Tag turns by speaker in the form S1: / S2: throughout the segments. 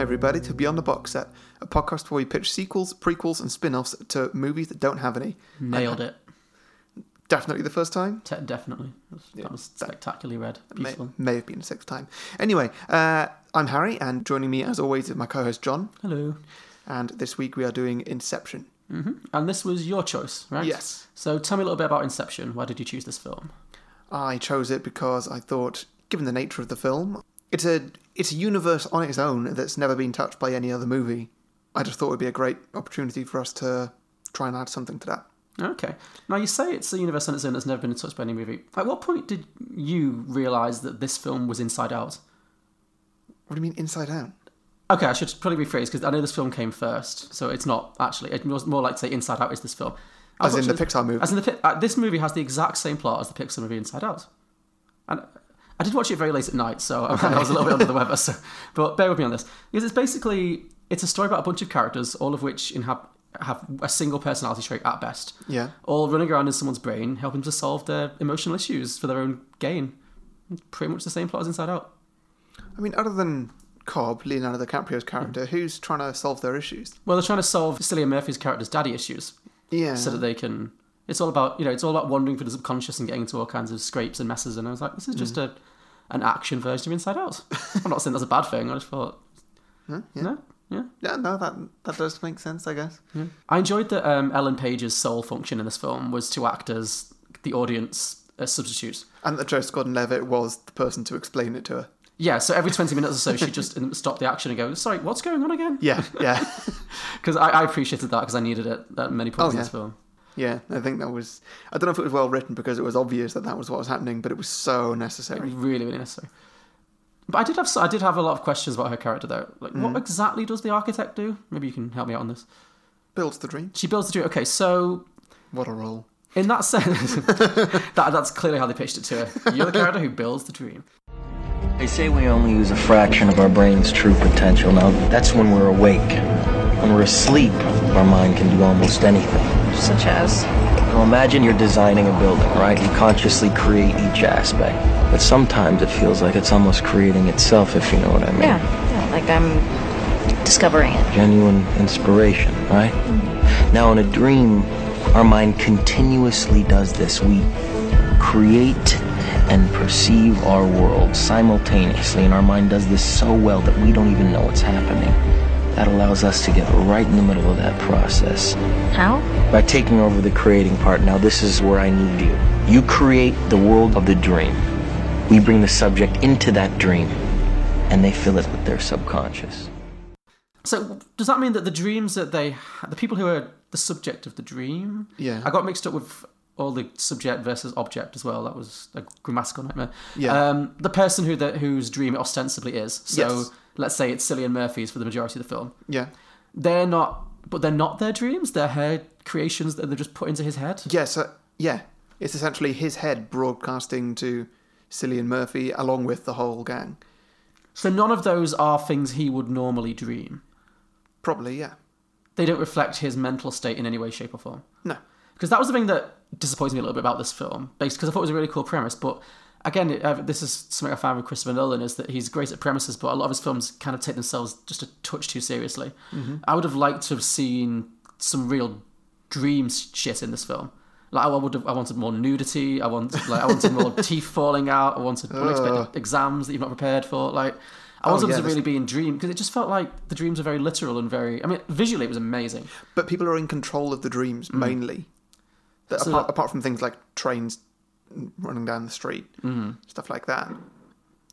S1: everybody to Beyond the Box Set, a podcast where we pitch sequels, prequels, and spin offs to movies that don't have any.
S2: Nailed it.
S1: Definitely the first time.
S2: Te- definitely. That was, that was spectacularly read.
S1: May,
S2: Beautiful.
S1: may have been the sixth time. Anyway, uh, I'm Harry, and joining me as always is my co host John.
S2: Hello.
S1: And this week we are doing Inception.
S2: hmm And this was your choice, right?
S1: Yes.
S2: So tell me a little bit about Inception. Why did you choose this film?
S1: I chose it because I thought, given the nature of the film, it's a it's a universe on its own that's never been touched by any other movie. I just thought it would be a great opportunity for us to try and add something to that.
S2: Okay. Now you say it's a universe on its own that's never been touched by any movie. At what point did you realise that this film was Inside Out?
S1: What do you mean, Inside Out?
S2: Okay, I should probably rephrase because I know this film came first, so it's not actually. It was more like to say Inside Out is this film. I was
S1: As in the
S2: watching-
S1: Pixar movie.
S2: As in the pi- uh, this movie has the exact same plot as the Pixar movie Inside Out, and I did watch it very late at night, so I was a little bit under the weather. So, but bear with me on this because it's basically it's a story about a bunch of characters, all of which inhab- have a single personality trait at best,
S1: Yeah.
S2: all running around in someone's brain, helping to solve their emotional issues for their own gain. Pretty much the same plot as Inside Out.
S1: I mean, other than Cobb, Leonardo DiCaprio's character, who's trying to solve their issues?
S2: Well, they're trying to solve Cillian Murphy's character's daddy issues.
S1: Yeah.
S2: so that they can. It's all about you know, it's all about wandering through the subconscious and getting into all kinds of scrapes and messes. And I was like, this is just
S1: Mm.
S2: a an action version of Inside Out. I'm not saying that's a bad thing. I just thought,
S1: Huh? yeah.
S2: no, yeah.
S1: yeah, no, that that does make sense, I guess.
S2: I enjoyed that um, Ellen Page's sole function in this film was to act as the audience uh, substitute.
S1: And that Joseph Gordon-Levitt was the person to explain it to her.
S2: Yeah, so every 20 minutes or so, she just stopped the action and go, sorry, what's going on again?
S1: Yeah, yeah,
S2: Because I, I appreciated that because I needed it at many points
S1: Oh,
S2: in
S1: yeah.
S2: this film.
S1: yeah. I think that was. I don't know if it was well written because it was obvious that that was what was happening, but it was so necessary.
S2: really really necessary but i did have i did have a lot of questions about her character though like
S1: Mm.
S2: what exactly does the architect do maybe you can help me out on this
S1: Builds the dream.
S2: she builds the dream okay so
S1: What a role.
S2: in that sense that, that's clearly how they pitched it to her you're the character who builds the dream
S3: They say we only use a fraction of our brain's true potential. Now, that's when we're awake. When we're asleep, our mind can do almost anything.
S4: such as
S3: Now, imagine you're designing a building, right? You consciously create each aspect. But sometimes it feels like it's almost creating itself, if you know what I mean.
S4: yeah, yeah, like i'm discovering it
S3: Genuine inspiration, right? Now, in a dream, our mind continuously does this. We create and perceive our world simultaneously, and our mind does this so well that we don't even know what's happening. That allows us to get right in the middle of that process
S4: how
S3: by taking over the creating part. Now, this is where I need you. You create the world of the dream. We bring the subject into that dream, and they fill it with their subconscious.
S2: so does that mean that the dreams that they the people who are the subject of the dream
S1: Yeah.
S2: i got mixed up with all the subject versus object as well that was a grammatical nightmare
S1: Yeah.
S2: um, the person who the, whose dream it ostensibly is so
S1: Yes.
S2: let's say it's cillian murphy's for the majority of the film
S1: Yeah.
S2: they're not but they're not their dreams they're her creations that they're just put into his head
S1: Yeah. So yeah, it's essentially his head broadcasting to Cillian Murphy along with the whole gang.
S2: so none of those are things he would normally dream
S1: Probably. Yeah.
S2: they don't reflect his mental state in any way shape or form
S1: No.
S2: because that was the thing that disappointed me a little bit about this film because i thought it was a really cool premise but again it, uh, this is something i found with christopher nolan is that he's great at premises but a lot of his films kind of take themselves just a touch too seriously
S1: Mm-hmm.
S2: i would have liked to have seen some real dream shit in this film like oh, I would have, I wanted more nudity. I wanted like I wanted more teeth falling out. I wanted unexpected exams that you've not prepared for. Like I wanted
S1: Oh, yeah,
S2: them to
S1: this-
S2: really be in dream because it just felt like the dreams are very literal and very. I mean, visually it was amazing.
S1: But people are in control of the dreams mainly. That
S2: Mm. So
S1: apart,
S2: that-
S1: apart from things like trains running down the street,
S2: Mm-hmm.
S1: stuff like that.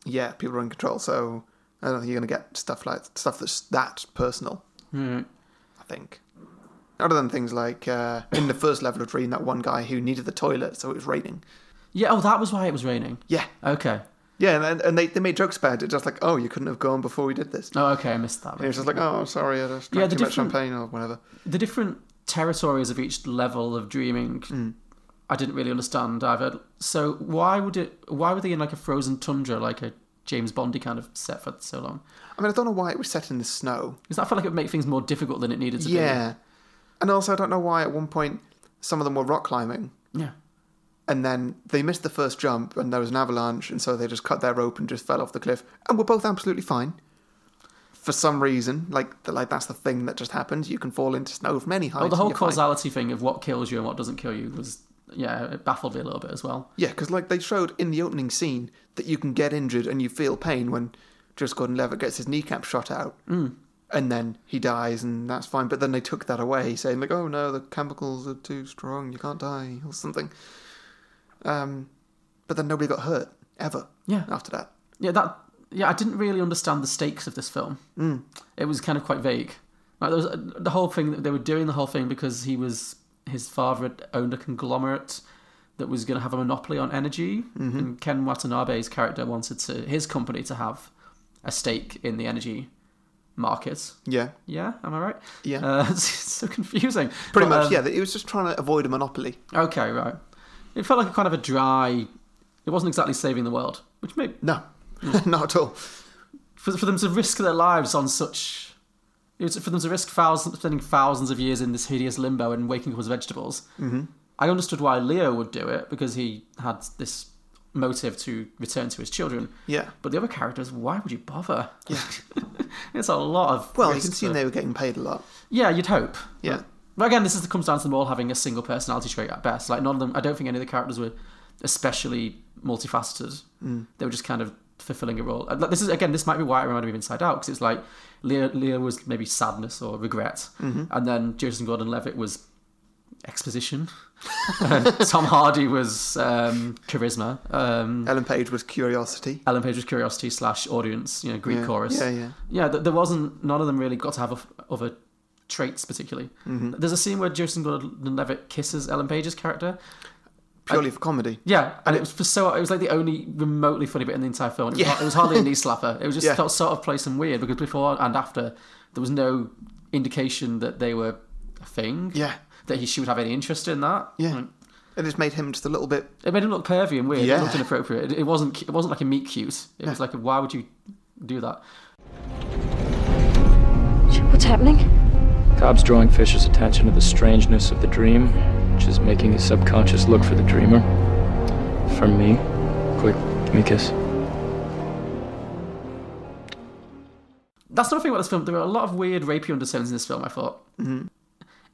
S1: Yeah, people are in control. So I don't think you're going to get stuff like stuff that's that personal.
S2: Mm-hmm.
S1: I think. Other than things like uh, in the first level of dream, that one guy who needed the toilet, so it was raining.
S2: Yeah. Oh, that was why it was raining.
S1: Yeah,
S2: Okay.
S1: yeah, and and they, they made jokes about it, just like, oh, you couldn't have gone before we did this.
S2: Oh, okay. I missed that.
S1: And it was just like, oh, sorry, I just drank
S2: Yeah,
S1: too
S2: the
S1: much
S2: different-
S1: champagne or whatever.
S2: the different territories of each level of dreaming
S1: Mm.
S2: i didn't really understand either so why would it why were they in like a frozen tundra like a james bondy kind of set for so long
S1: I mean, I don't know why it was set in the snow.
S2: because that felt like it would make things more difficult than it needed to
S1: Yeah. And also, I don't know why at one point some of them were rock climbing
S2: be yeah
S1: and then they missed the first jump and there was an avalanche and so they just cut their rope and just fell off the cliff and were both absolutely fine. for some reason, like the, like that's the thing that just happens. You can fall into snow from any height.
S2: Well, the
S1: and
S2: whole
S1: you're fine.
S2: causality thing of what kills you and what doesn't kill you was, yeah, it baffled me a little bit as well.
S1: Yeah, because like they showed in the opening scene that you can get injured and you feel pain when Just Gordon Levitt gets his kneecap shot out,
S2: Mm.
S1: and then he dies, and that's fine. But then they took that away, saying like, "Oh no, the chemicals are too strong. You can't die," or something. Um, but then nobody got hurt ever.
S2: Yeah.
S1: After that,
S2: Yeah, that. Yeah, I didn't really understand the stakes of this film.
S1: Hmm.
S2: Mm. It was kind of quite vague. Like there was uh, the whole thing that they were doing the whole thing because he was his father had owned a conglomerate that was going to have a monopoly on energy,
S1: Mm-hmm.
S2: and Ken Watanabe's character wanted to his company to have a stake in the energy market.
S1: yeah,
S2: Yeah, am I right?
S1: Yeah.
S2: uh, it's so confusing.
S1: pretty
S2: But,
S1: much.
S2: um,
S1: yeah, it was just trying to avoid a monopoly.
S2: Okay, right. It felt like a kind of a dry. It wasn't exactly saving the world, which made
S1: No, not at all.
S2: for, for them to risk their lives on such. It was for them to risk thousands, spending thousands of years in this hideous limbo and waking up as vegetables. Mm-hmm. I understood why Leo would do it because he had this motive to return to his children.
S1: Yeah.
S2: But the other characters, why would you bother? Yeah. it's a lot of.
S1: Well, you
S2: risk
S1: can see
S2: for-
S1: they were getting paid a lot.
S2: Yeah, you'd hope.
S1: Yeah.
S2: But again, this is comes down to them all having a single personality trait at best. Like none of them, I don't think any of the characters were especially multifaceted. Mm. They were just kind of fulfilling a role. And, Like, this is again, this might be why it reminded me of Inside Out because it's like Leo, Leo was maybe sadness or regret,
S1: Mm-hmm.
S2: and then Jason Gordon-Levitt was exposition. Uh, Tom Hardy was um, charisma. Um,
S1: Ellen Page was curiosity.
S2: Ellen Page was curiosity slash audience, you know, Greek
S1: Yeah.
S2: chorus.
S1: Yeah, yeah.
S2: Yeah, th- there wasn't, none of them really got to have a, other traits particularly.
S1: Mm-hmm.
S2: There's a scene where Joseph Gordon Levitt kisses Ellen Page's character.
S1: Purely for comedy.
S2: Yeah, and it was for so, it was like the only remotely funny bit in the entire film. It was,
S1: Yeah.
S2: har- it was hardly a knee slapper. It was just
S1: Yeah.
S2: felt sort of place and weird because before and after, there was no indication that they were a thing.
S1: Yeah.
S2: That he, she would have any interest in that.
S1: Yeah.
S2: Like,
S1: And it's made him just a little bit.
S2: It made him look pervy and weird. It
S1: Yeah.
S2: looked inappropriate. It, it wasn't. cu- It wasn't like a meet cute. It was like, a, why would you do that?
S4: What's happening?
S5: Cobb's drawing Fisher's attention to the strangeness of the dream, which is making his subconscious look for the dreamer. For me. Quick, give me a kiss.
S2: That's another thing about this film. There were a lot of weird rapey undertones in this film. I thought. Mm-hmm.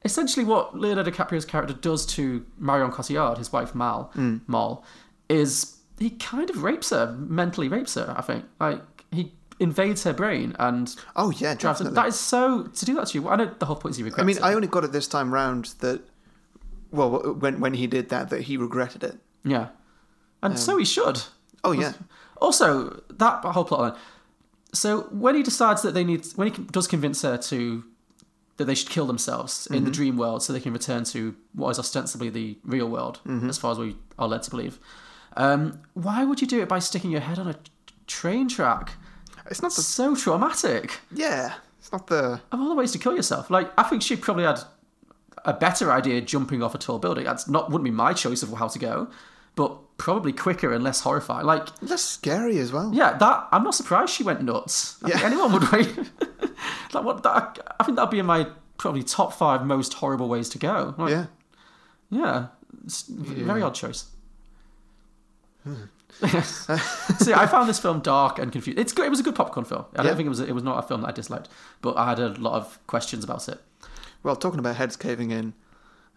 S2: Essentially, what Leonardo DiCaprio's character does to Marion Cotillard, his wife Mal,
S1: Mm.
S2: Mal, is he kind of rapes her, mentally rapes her. I think like he invades her brain and
S1: Oh yeah,
S2: drives. Her.
S1: definitely.
S2: That is so to do that to you. I know the whole point is he regrets.
S1: I mean,
S2: it.
S1: I only got it this time round that. Well, when when he did that, that he regretted it.
S2: yeah, and so he should.
S1: Oh yeah,
S2: Also, that whole plotline. So when he decides that they need, when he does convince her to that they should kill themselves
S1: Mm-hmm.
S2: in the dream world so they can return to what is ostensibly the real world,
S1: Mm-hmm.
S2: as far as we are led to believe. Um, why would you do it by sticking your head on a t- train track?
S1: it's not the.
S2: So traumatic.
S1: Yeah, it's not the.
S2: Of all the ways to kill yourself, like I think she probably had a better idea jumping off a tall building. That's not wouldn't be my choice of how to go, but probably quicker and less horrifying. Like
S1: That's scary as well.
S2: yeah, that I'm not surprised she went nuts. I think
S1: Yeah.
S2: anyone would wait. like what? That, I think that'd be in my probably top five most horrible ways to go. Like,
S1: Yeah.
S2: yeah, It's a very odd choice.
S1: Hmm.
S2: See, I found this film dark and confused. It's good. It was a good popcorn film. I
S1: Yeah.
S2: don't think it was. It was not a film that I disliked, but I had a lot of questions about it.
S1: Well, talking about heads caving in,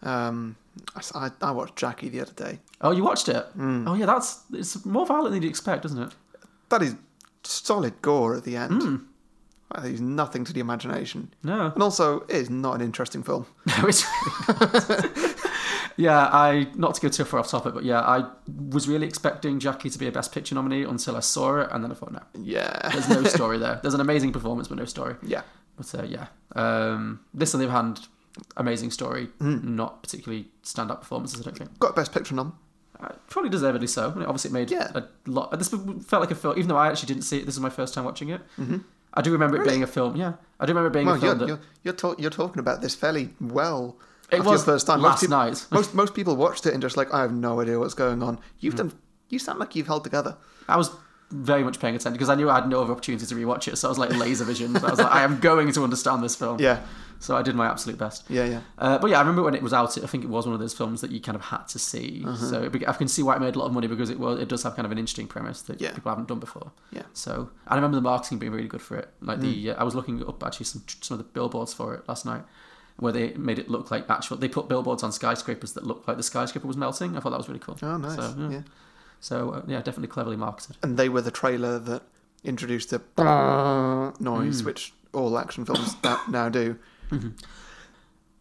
S1: um, I s- I, I watched Jackie the other day.
S2: Oh, you watched it?
S1: Hmm.
S2: Oh yeah, that's it's more violent than you'd expect, isn't it?
S1: That is solid gore at the end.
S2: Hmm.
S1: That is nothing to the imagination.
S2: No.
S1: And also, it is not an interesting film.
S2: No, it's yeah, I not to go too far off topic, but yeah, I was really expecting Jackie to be a Best Picture nominee until I saw it, and then I thought, no,
S1: Yeah.
S2: there's no story there. There's an amazing performance, but no story.
S1: yeah.
S2: But uh, yeah, um, this on the other hand, amazing story,
S1: Hmm.
S2: not particularly stand-up performances. I don't think.
S1: Got Best Picture nom.
S2: Uh, probably deservedly so. I mean, obviously, it made
S1: Yeah.
S2: a lot. This felt like a film, even though I actually didn't see it. This is my first time watching it. Mm-hmm. I do remember it being a film. Yeah, I do remember it being
S1: Well,
S2: a film
S1: you're,
S2: that
S1: you're, you're, talk, you're talking about this fairly well.
S2: It
S1: after
S2: was
S1: your first time.
S2: last
S1: most peop-
S2: night.
S1: most most people watched it and just like, I have no idea what's going on.
S2: Mm.
S1: You've done. You sound like you've held together.
S2: I was very much paying attention because I knew I had no other opportunity to rewatch it, so I was like laser vision. I was like, I am going to understand this film.
S1: Yeah.
S2: So I did my absolute best.
S1: Yeah, yeah.
S2: Uh, but yeah, I remember when it was out. I think it was one of those films that you kind of had to see.
S1: Uh-huh.
S2: So it, be- I can see why it made a lot of money because it was it does have kind of an interesting premise that
S1: Yeah.
S2: people haven't done before.
S1: Yeah. Mm.
S2: So I remember the marketing being really good for it. Like the uh, I was looking up actually some some of the billboards for it last night, where they made it look like actual. They put billboards on skyscrapers that looked like the skyscraper was melting. I thought that was really cool.
S1: Oh, nice.
S2: So yeah,
S1: yeah.
S2: so, uh, yeah definitely cleverly marketed.
S1: And they were the trailer that introduced the
S2: Mm.
S1: noise, which all action films that now do.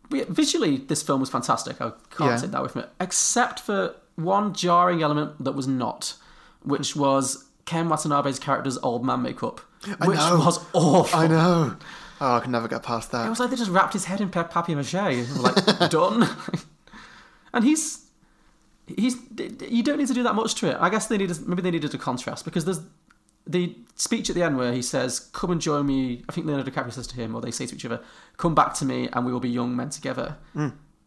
S2: But yeah, visually, this film was fantastic. I can't
S1: Yeah.
S2: take that away from it, except for one jarring element that was not, which was Ken Watanabe's character's old man makeup, which
S1: know.
S2: was awful.
S1: I know. Oh, I can never get past
S2: It
S1: that.
S2: was like they just wrapped his head in pa- papier mâché. and were Like done. and he's he's you don't need to do that much to it. I guess they needed maybe they needed a contrast because there's the speech at the end where he says, "Come and join me." I think Leonardo DiCaprio says to him, or they say to each other, "Come back to me, and we will be young men together."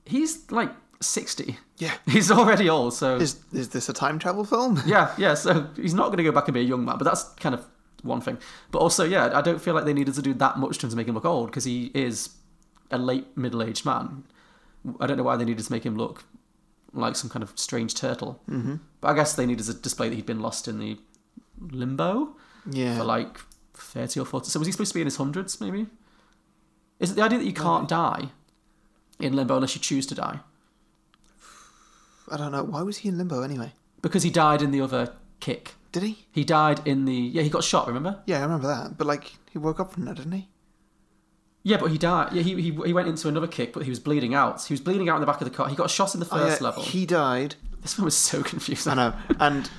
S2: He's like sixty.
S1: Mm. Yeah.
S2: he's already old. So
S1: Is is this a time travel film?
S2: yeah, yeah. So he's not going to go back and be a young man, but that's kind of one thing. But also, yeah, I don't feel like they needed to do that much to him to make him look old because he is a late middle-aged man. I don't know why they needed to make him look like some kind of strange turtle. Mm-hmm. But I guess they needed to display that he'd been lost in the limbo
S1: Yeah.
S2: for like thirty or forty. So was he supposed to be in his hundreds? Maybe. Is it the idea that you can't die in limbo unless you choose to die?
S1: I don't know. Why was he in limbo anyway?
S2: Because he died in the other kick.
S1: Did he?
S2: He died in the yeah. He got shot. Remember?
S1: Yeah, I remember that. But like, he woke up from that, didn't he?
S2: Yeah, but he died. Yeah, he, he, he went into another kick, but he was bleeding out. He was bleeding out in the back of the car. He got shot in the
S1: Oh,
S2: first
S1: yeah,
S2: level.
S1: He died.
S2: This one was so confusing.
S1: I know. And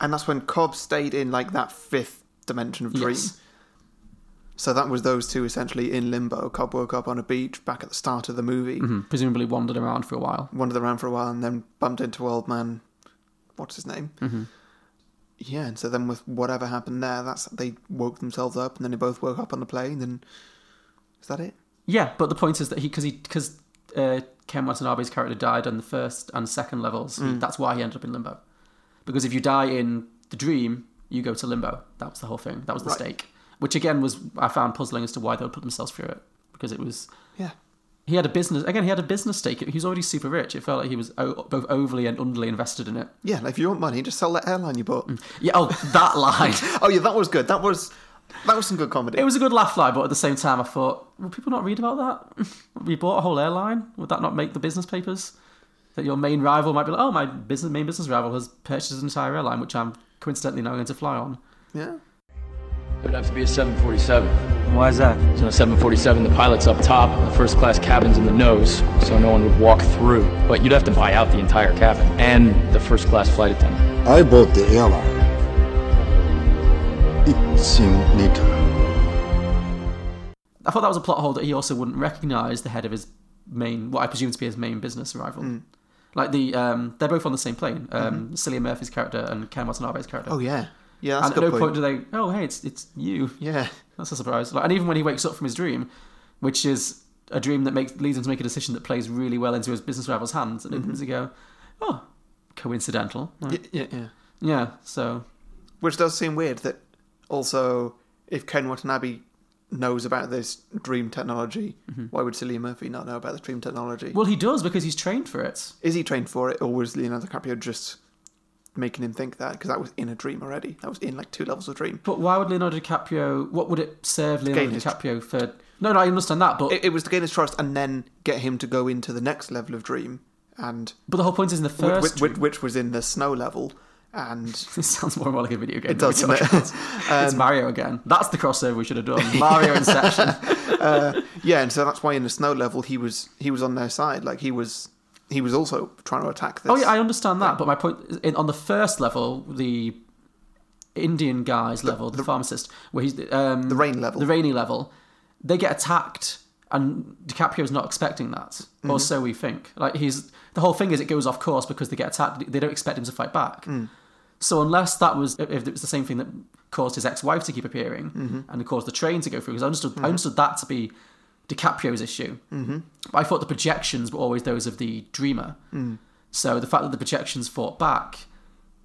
S1: and that's when Cobb stayed in like that fifth dimension of dream.
S2: Yes.
S1: So that was those two essentially in limbo. Cobb woke up on a beach back at the start of the movie,
S2: Presumably wandered around for a while.
S1: wandered around for a while, and then bumped into old man. What's his name? Mm-hmm. Yeah, and so then with whatever happened there, that's they woke themselves up, and then they both woke up on the plane. And is that it?
S2: Yeah, but the point is that he because he because uh, Ken Watanabe's character died on the first and second levels.
S1: Hmm.
S2: he- that's why he ended up in limbo. Because if you die in the dream, you go to limbo. That was the whole thing. That was the
S1: Right.
S2: stake. Which again was I found puzzling as to why they would put themselves through it because it was
S1: Yeah,
S2: he had a business again. He had a business stake. He was already super rich. It felt like he was o- both overly and underly invested in it.
S1: yeah. Like if you want money, just sell that airline you bought.
S2: Yeah, oh, that line.
S1: Oh yeah, that was good. That was that was some good comedy.
S2: It was a good laugh line, but at the same time, I thought, will people not read about that? we bought a whole airline. Would that not make the business papers? That your main rival might be like, oh, my business main business rival has purchased an entire airline, which I'm coincidentally now going to fly on.
S1: yeah.
S5: It would have to be a 747.
S3: Why is that?
S5: So, in a 747, the pilot's up top, the first class cabin's in the nose, so no one would walk through. But you'd have to buy out the entire cabin and the first class flight attendant.
S6: I bought the airline. It seemed neater.
S2: I thought that was a plot hole that he also wouldn't recognise the head of his main, what I presume to be his main business rival. Like the, um, they're both on the same plane. Um, Cillian Murphy's character and Ken Watanabe's character.
S1: Oh yeah, yeah. That's a
S2: and at
S1: good
S2: no
S1: point.
S2: point do they, oh hey, it's it's you.
S1: Yeah,
S2: That's a surprise. Like, and even when he wakes up from his dream, which is a dream that makes leads him to make a decision that plays really well into his business rival's hands, and mm to go, oh, coincidental. Like,
S1: Mm-hmm. yeah, yeah, yeah.
S2: yeah. So
S1: Which does seem weird that also if Ken Watanabe knows about this dream technology, why would Cillian Murphy not know about the dream technology?
S2: Mm-hmm. well, he does because he's trained for it.
S1: Is he trained for it, or was Leonardo DiCaprio just making him think that? Because that was in a dream already. That was in like two levels of dream.
S2: But why would Leonardo DiCaprio? What would it serve Leonardo
S1: Gain his-
S2: DiCaprio for? No, no, I understand that, but
S1: It, it was to gain his trust and then get him to go into the next level of dream, and
S2: but the whole point is in the
S1: which,
S2: first.
S1: which, which, which was in the snow level. And
S2: this sounds more and more like a video game. It
S1: does, doesn't Um,
S2: it's Mario again. That's the crossover we should have done. Mario Inception.
S1: Yeah, and so that's why in the snow level he was he was on their side. Like he was he was also trying to attack this.
S2: Oh yeah, I understand that, but my point is, in, on the first level, the Indian guys level, the, pharmacist, where he's um, the
S1: rain level.
S2: the rainy level, they get attacked, and DiCaprio's not expecting that, or so we think. Like he's the whole thing is it goes off course because they get attacked. They don't expect him to fight back. So unless that was if it was the same thing that caused his ex-wife to keep appearing and caused the train to go through, because I understood I understood that to be DiCaprio's issue. Mm-hmm. But I thought the projections were always those of the dreamer. So the fact that the projections fought back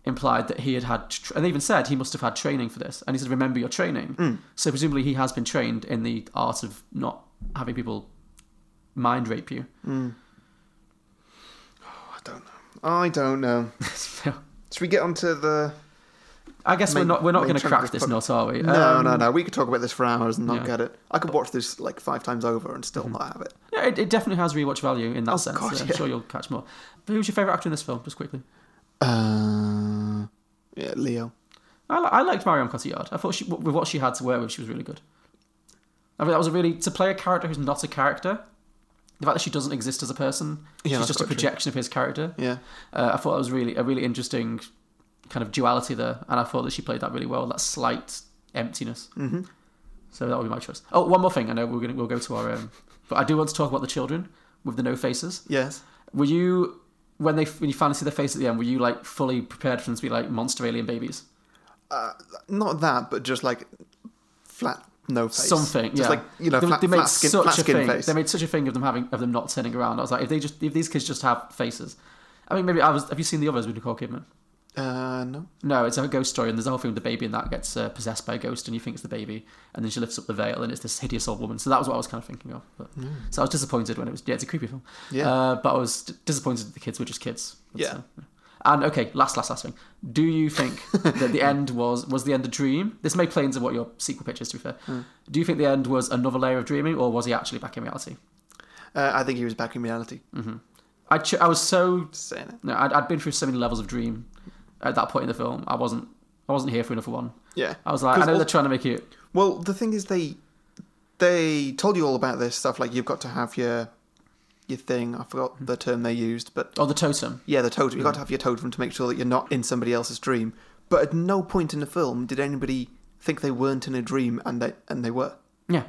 S2: implied that he had had, tr- and they even said he must have
S1: Mm.
S2: had training for this. And he said, "Remember your training." So presumably he has been trained in the art of not having people mind rape you.
S1: Mm. I don't know. I don't know.
S2: So,
S1: Should we get onto the?
S2: I guess
S1: Main-
S2: we're not we're not
S1: main
S2: going to
S1: chunk of
S2: crack
S1: the
S2: this
S1: pod-
S2: nut, are we?
S1: No,
S2: Um,
S1: no, no. We could talk about this for hours and not
S2: yeah.
S1: get it. I could watch this like five times over and still not have it.
S2: Yeah, it, it definitely has rewatch value in that sense.
S1: God,
S2: I'm
S1: yeah.
S2: sure you'll catch more. But who's your favourite actor in this film? Just quickly. Mm-hmm.
S1: Uh, yeah, Leo.
S2: I, li- I liked Marion Cotillard. I thought she, w- with what she had to work with, she was really good. I mean, that was a really to play a character who's not a character. The fact that she doesn't exist as a person,
S1: Yeah,
S2: she's
S1: that's
S2: just a
S1: quite true.
S2: projection of his character.
S1: Yeah,
S2: Uh, I thought that was really a really interesting kind of duality there, and I thought that she played that really well. That slight emptiness. Mm-hmm. So that would be my choice. Oh, one more thing. I know we're gonna we'll go to our, um, but I do want to talk about the children with the no faces.
S1: yes.
S2: Were you when they when you finally see their face at the end? Were you like fully prepared for them to be like monster alien babies?
S1: Not that, but just like flat, no face.
S2: Something,
S1: Just
S2: yeah.
S1: like you know,
S2: they,
S1: flat,
S2: they made
S1: flat skin,
S2: such
S1: flat
S2: a
S1: skin
S2: thing.
S1: face.
S2: They made such a thing of them having of them not turning around. I was like, if they just if these kids just have faces, I mean, maybe I was. Have you seen the others with Nicole Kidman?
S1: uh, no.
S2: No, it's a ghost story, and there's a whole thing with the baby, and that gets uh, possessed by a ghost, and you think it's the baby, and then she lifts up the veil, and it's this hideous old woman. So that was what I was kind of thinking of. But, So I was disappointed when it was. Yeah, it's a creepy film.
S1: Mm. Yeah.
S2: Uh, but I was d- disappointed that the kids were just kids.
S1: Yeah.
S2: So, and okay, last, last, last thing. Do you think that the end was was the end a dream? This may play into what your sequel pitch is. To be fair,
S1: Mm.
S2: do you think the end was another layer of dreaming, or was he actually back in reality?
S1: Uh, I think he was back in reality.
S2: Mm. I ch- I was so
S1: Just saying it.
S2: no, I'd, I'd been through so many levels of dream at that point in the film. I wasn't I wasn't here for another one.
S1: Yeah.
S2: I was like,
S1: 'Cause
S2: I know
S1: all-
S2: they're trying to make it.
S1: Well, the thing is, they they told you all about this stuff. Like you've got to have your your thing. I
S2: Hmm.
S1: forgot the term they used, but
S2: Oh, the totem.
S1: yeah, the totem.
S2: Hmm.
S1: You've got to have your totem to make sure that you're not in somebody else's dream. But at no point in the film did anybody think they weren't in a dream, and they and they were.
S2: Yeah.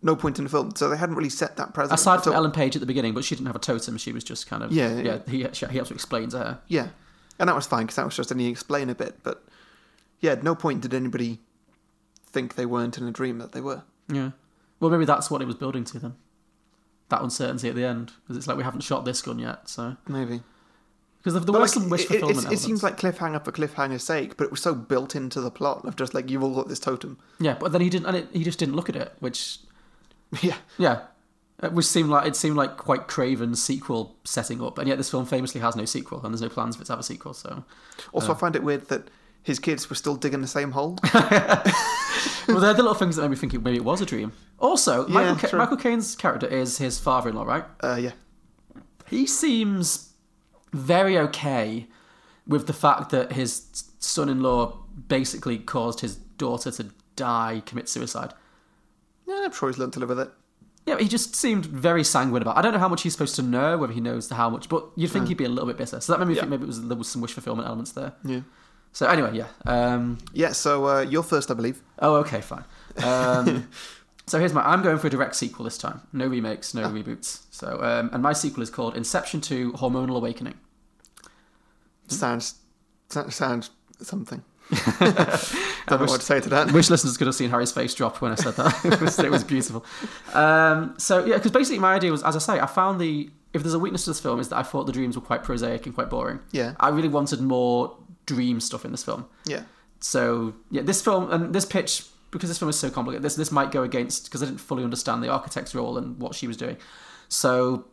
S1: No point in the film, so they hadn't really set that precedent.
S2: Aside
S1: at
S2: from
S1: all.
S2: Ellen Page at the beginning, but she didn't have a totem. She was just kind of
S1: Yeah,
S2: yeah.
S1: yeah.
S2: He she, he also explained to her.
S1: Yeah, and that was fine because that was just an explain a bit. But yeah, at no point did anybody think they weren't in a dream that they were.
S2: Yeah. Well, maybe that's what it was building to then. That uncertainty at the end, because it's like we haven't shot this gun yet. So
S1: Maybe.
S2: because there, there
S1: But
S2: were
S1: like,
S2: some wish
S1: it- it,
S2: fulfillment.
S1: it's- it seems
S2: elements.
S1: like cliffhanger for cliffhanger's sake, but it was so built into the plot of just like you've all got this totem.
S2: yeah, but then he didn't, and it, he just didn't look at it, which
S1: yeah,
S2: yeah, it was seemed like it seemed like quite Craven's sequel setting up, and yet this film famously has no sequel, and there's no plans for it to have a sequel. So
S1: Also, I find it weird that his kids were still digging the same hole.
S2: well, they're the little things that made me think it, maybe it was a dream. Also, Michael, Ca-
S1: true.
S2: Michael Caine's character is his father-in-law, right?
S1: uh, yeah,
S2: He seems very okay with the fact that his son-in-law basically caused his daughter to die, commit suicide.
S1: yeah, I'm sure he's learned to live with it.
S2: Yeah, but he just seemed very sanguine about. I don't know how much he's supposed to know, whether he knows how much, but you'd think he'd be a little bit bitter. So that made me
S1: Hmm. Yeah.
S2: think maybe it was there was some wish fulfillment elements there.
S1: Yeah,
S2: So anyway, yeah. Um,
S1: yeah. So uh, you're first, I believe.
S2: Oh, okay, fine. Um, so here's my. I'm going for a direct sequel this time. No remakes, no reboots. So, um, and my sequel is called Inception 2: Hormonal Awakening. Hmm?
S1: Sounds, sounds, sounds something. Don't know what to say to that.
S2: Wish listeners could have seen Harry's face drop when I said that. it, was, it was beautiful. Um, so yeah, because basically my idea was, as I say, I found the if there's a weakness to this film is that I thought the dreams were quite prosaic and quite boring.
S1: Yeah.
S2: I really wanted more dream stuff in this film.
S1: Yeah,
S2: So yeah, this film and this pitch because this film is so complicated. This this might go against because I didn't fully understand the architect's role and what she was doing. So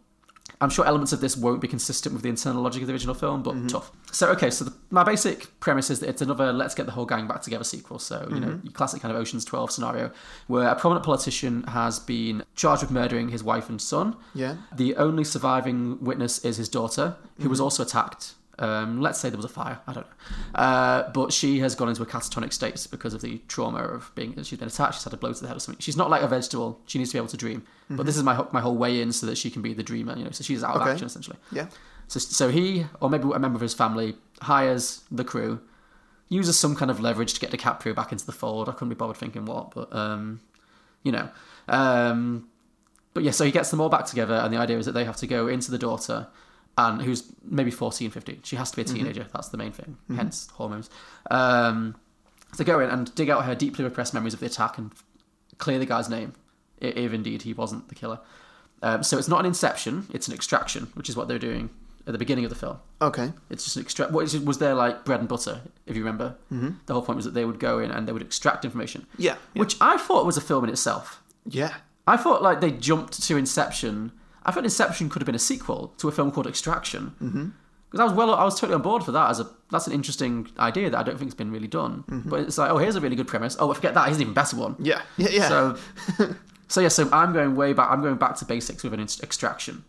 S2: I'm sure elements of this won't be consistent with the internal logic of the original film, but tough. So okay, so the, my basic premise is that it's another let's get the whole gang back together sequel. So you know, your classic kind of Ocean's Twelve scenario where a prominent politician has been charged with murdering his wife and son.
S1: Yeah.
S2: The only surviving witness is his daughter, who was also attacked. Um, let's say there was a fire. I don't know. Uh, but she has gone into a catatonic state because of the trauma of being. She's been attacked. She's had a blow to the head or something. She's not like a vegetable. She needs to be able to dream. But this is my ho- my whole way in so that she can be the dreamer. You know, so she's out of
S1: Okay.
S2: action essentially.
S1: yeah,
S2: So, so he, or maybe a member of his family, hires the crew, uses some kind of leverage to get DiCaprio back into the fold. I couldn't be bothered thinking what, but um, you know. Um, but yeah, so he gets them all back together, and the idea is that they have to go into the daughter, and who's maybe 14, 15. She has to be a teenager. That's the main thing. Hence hormones. Um, so go in and dig out her deeply repressed memories of the attack and clear the guy's name, i- if indeed he wasn't the killer. Um, so it's not an inception; it's an extraction, which is what they're doing at the beginning of the film.
S1: okay,
S2: It's just an extract. What is, was there like bread and butter? If you remember, mm-hmm. the whole point was that they would go in and they would extract information.
S1: Yeah, yeah.
S2: which I thought was a film in itself.
S1: yeah.
S2: I thought like they jumped to Inception. I thought Inception could have been a sequel to a film called Extraction.
S1: Mm-hmm.
S2: Because I was well, I was totally on board for that. As a that's an interesting idea that I don't think has been really done. But it's like, oh, here's a really good premise. Oh, forget that. Here's an even better one.
S1: Mm-hmm. Yeah, yeah, yeah.
S2: So, so yeah. So I'm going way back. I'm going back to basics with an in- extraction.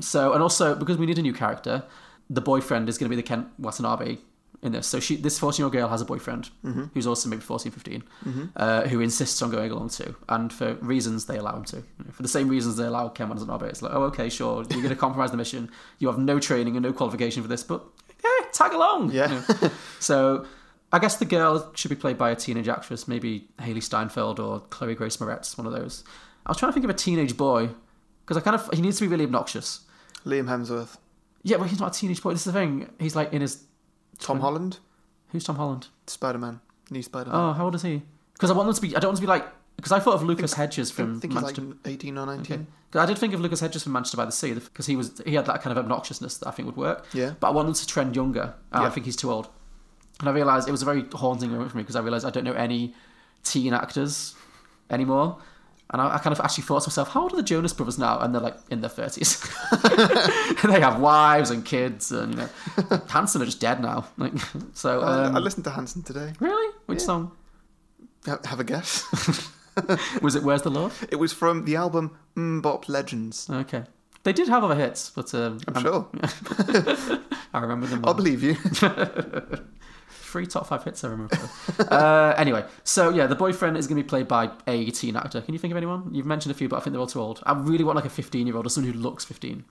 S2: So and also because we need a new character, the boyfriend is going to be the Ken Watanabe in this. So she, this 14 year old girl has a boyfriend who's also maybe 14, 15, uh, who insists on going along too, and for reasons they allow him to. You know, for the same reasons they allow Ken Watanabe. It's like, oh, okay, sure, you're going to compromise the mission. You have no training and no qualification for this, but yeah, tag along. you
S1: Yeah.
S2: know. so. I guess the girl should be played by a teenage actress, maybe Haley Steinfeld or Chloe Grace Moretz, one of those. I was trying to think of a teenage boy because I kind of he needs to be really obnoxious.
S1: Liam Hemsworth,
S2: Yeah, but he's not a teenage boy. This is the thing. He's like in his
S1: Tom Holland,
S2: who's Tom Holland?
S1: Spider Man, new Spider Man.
S2: Oh, how old is he? Because I want them to be. I don't want to be like. Because I thought of Lucas Hedges from
S1: I think he's like
S2: Manchester.
S1: 18 or 19.
S2: Okay. 'Cause I did think of Lucas Hedges from Manchester by the Sea because he was he had that kind of obnoxiousness that I think would work.
S1: Yeah.
S2: But I wanted to trend younger. and I
S1: Yeah.
S2: think he's too old. And I realized it was a very haunting moment for me because I realized I don't know any teen actors anymore. And I, I kind of actually thought to myself, how old are the Jonas Brothers now? And they're like in their thirties. they have wives and kids, and you know, Hanson are just dead now. Like, so
S1: Uh, I-
S2: um,
S1: I listened to Hanson today.
S2: really, which song
S1: Ha- Have a guess.
S2: was it? Where's the love?
S1: it was from the album Mbop Legends.
S2: Okay. They did have other hits, but um,
S1: I'm
S2: I'm-
S1: sure.
S2: I remember them.
S1: I'll
S2: Well.
S1: believe you.
S2: Three top five hits, I remember. uh, anyway, so yeah, the boyfriend is going to be played by a teen actor. Can you think of anyone? You've mentioned a few, but I think they're all too old. I really want like a 15 year old or someone who looks 15.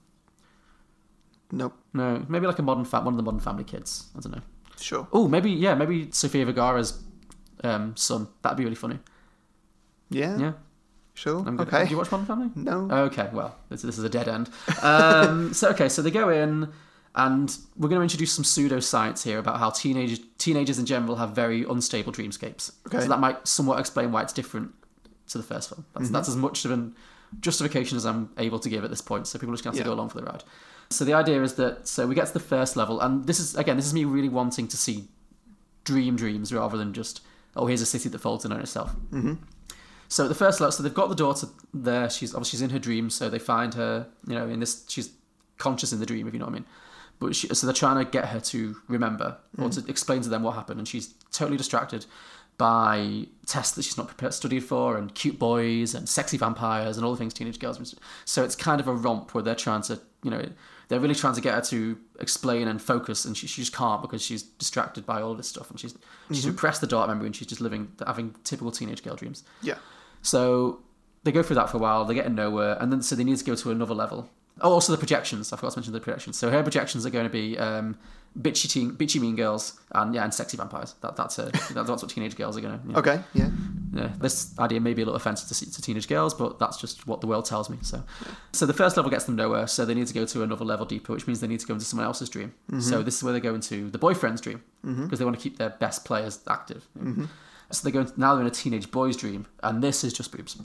S1: nope.
S2: No, maybe like a modern fam, one of the modern family kids. I don't know.
S1: Sure.
S2: Oh, maybe, yeah, maybe Sofia Vergara's um, son. That'd be really funny.
S1: Yeah.
S2: Yeah.
S1: Sure.
S2: I'm good.
S1: okay.
S2: Do you Uh, watch Modern Family?
S1: No.
S2: Okay, well, this, this is a dead end. Um, so okay, so they go in, and we're going to introduce some pseudoscience here about how teenage teenagers in general have very unstable dreamscapes.
S1: Okay.
S2: So that might somewhat explain why it's different to the first film.
S1: Mm-hmm.
S2: That's, that's as much of an justification as I'm able to give at this point. So people are just going to have to
S1: Yeah.
S2: go along for the ride. So the idea is that so we get to the first level, and this is again, this is me really wanting to see dream dreams rather than just oh here's a city that folds in on itself. Mm-hmm. So the first lot, so they've got the daughter there. She's obviously she's in her dream, so they find her. You know, in this she's conscious in the dream, if you know what I mean. But she, so they're trying to get her to remember or to explain to them what happened, and she's totally distracted by tests that she's not prepared, studied for, and cute boys and sexy vampires and all the things teenage girls. must- So it's kind of a romp where they're trying to, you know, they're really trying to get her to explain and focus, and she, she just can't because she's distracted by all this stuff, and she's she's repressed the dark memory, and she's just living having typical teenage girl dreams.
S1: Yeah.
S2: So they go through that for a while, they get in nowhere, and then so they need to go to another level. Oh, also the projections. I forgot to mention the projections. So her projections are going to be um, bitchy teen, bitchy mean girls, and yeah, and sexy vampires. That, that's her. that's what teenage girls are going to.
S1: Okay. Yeah.
S2: Yeah, this idea may be a little offensive to, to teenage girls, but that's just what the world tells me. So, so the first level gets them nowhere. So they need to go to another level deeper, which means they need to go into someone else's dream. So this is where they go into the boyfriend's dream because they want to keep their best players active. So they go into, now they're in a teenage boy's dream, and this is just boobs.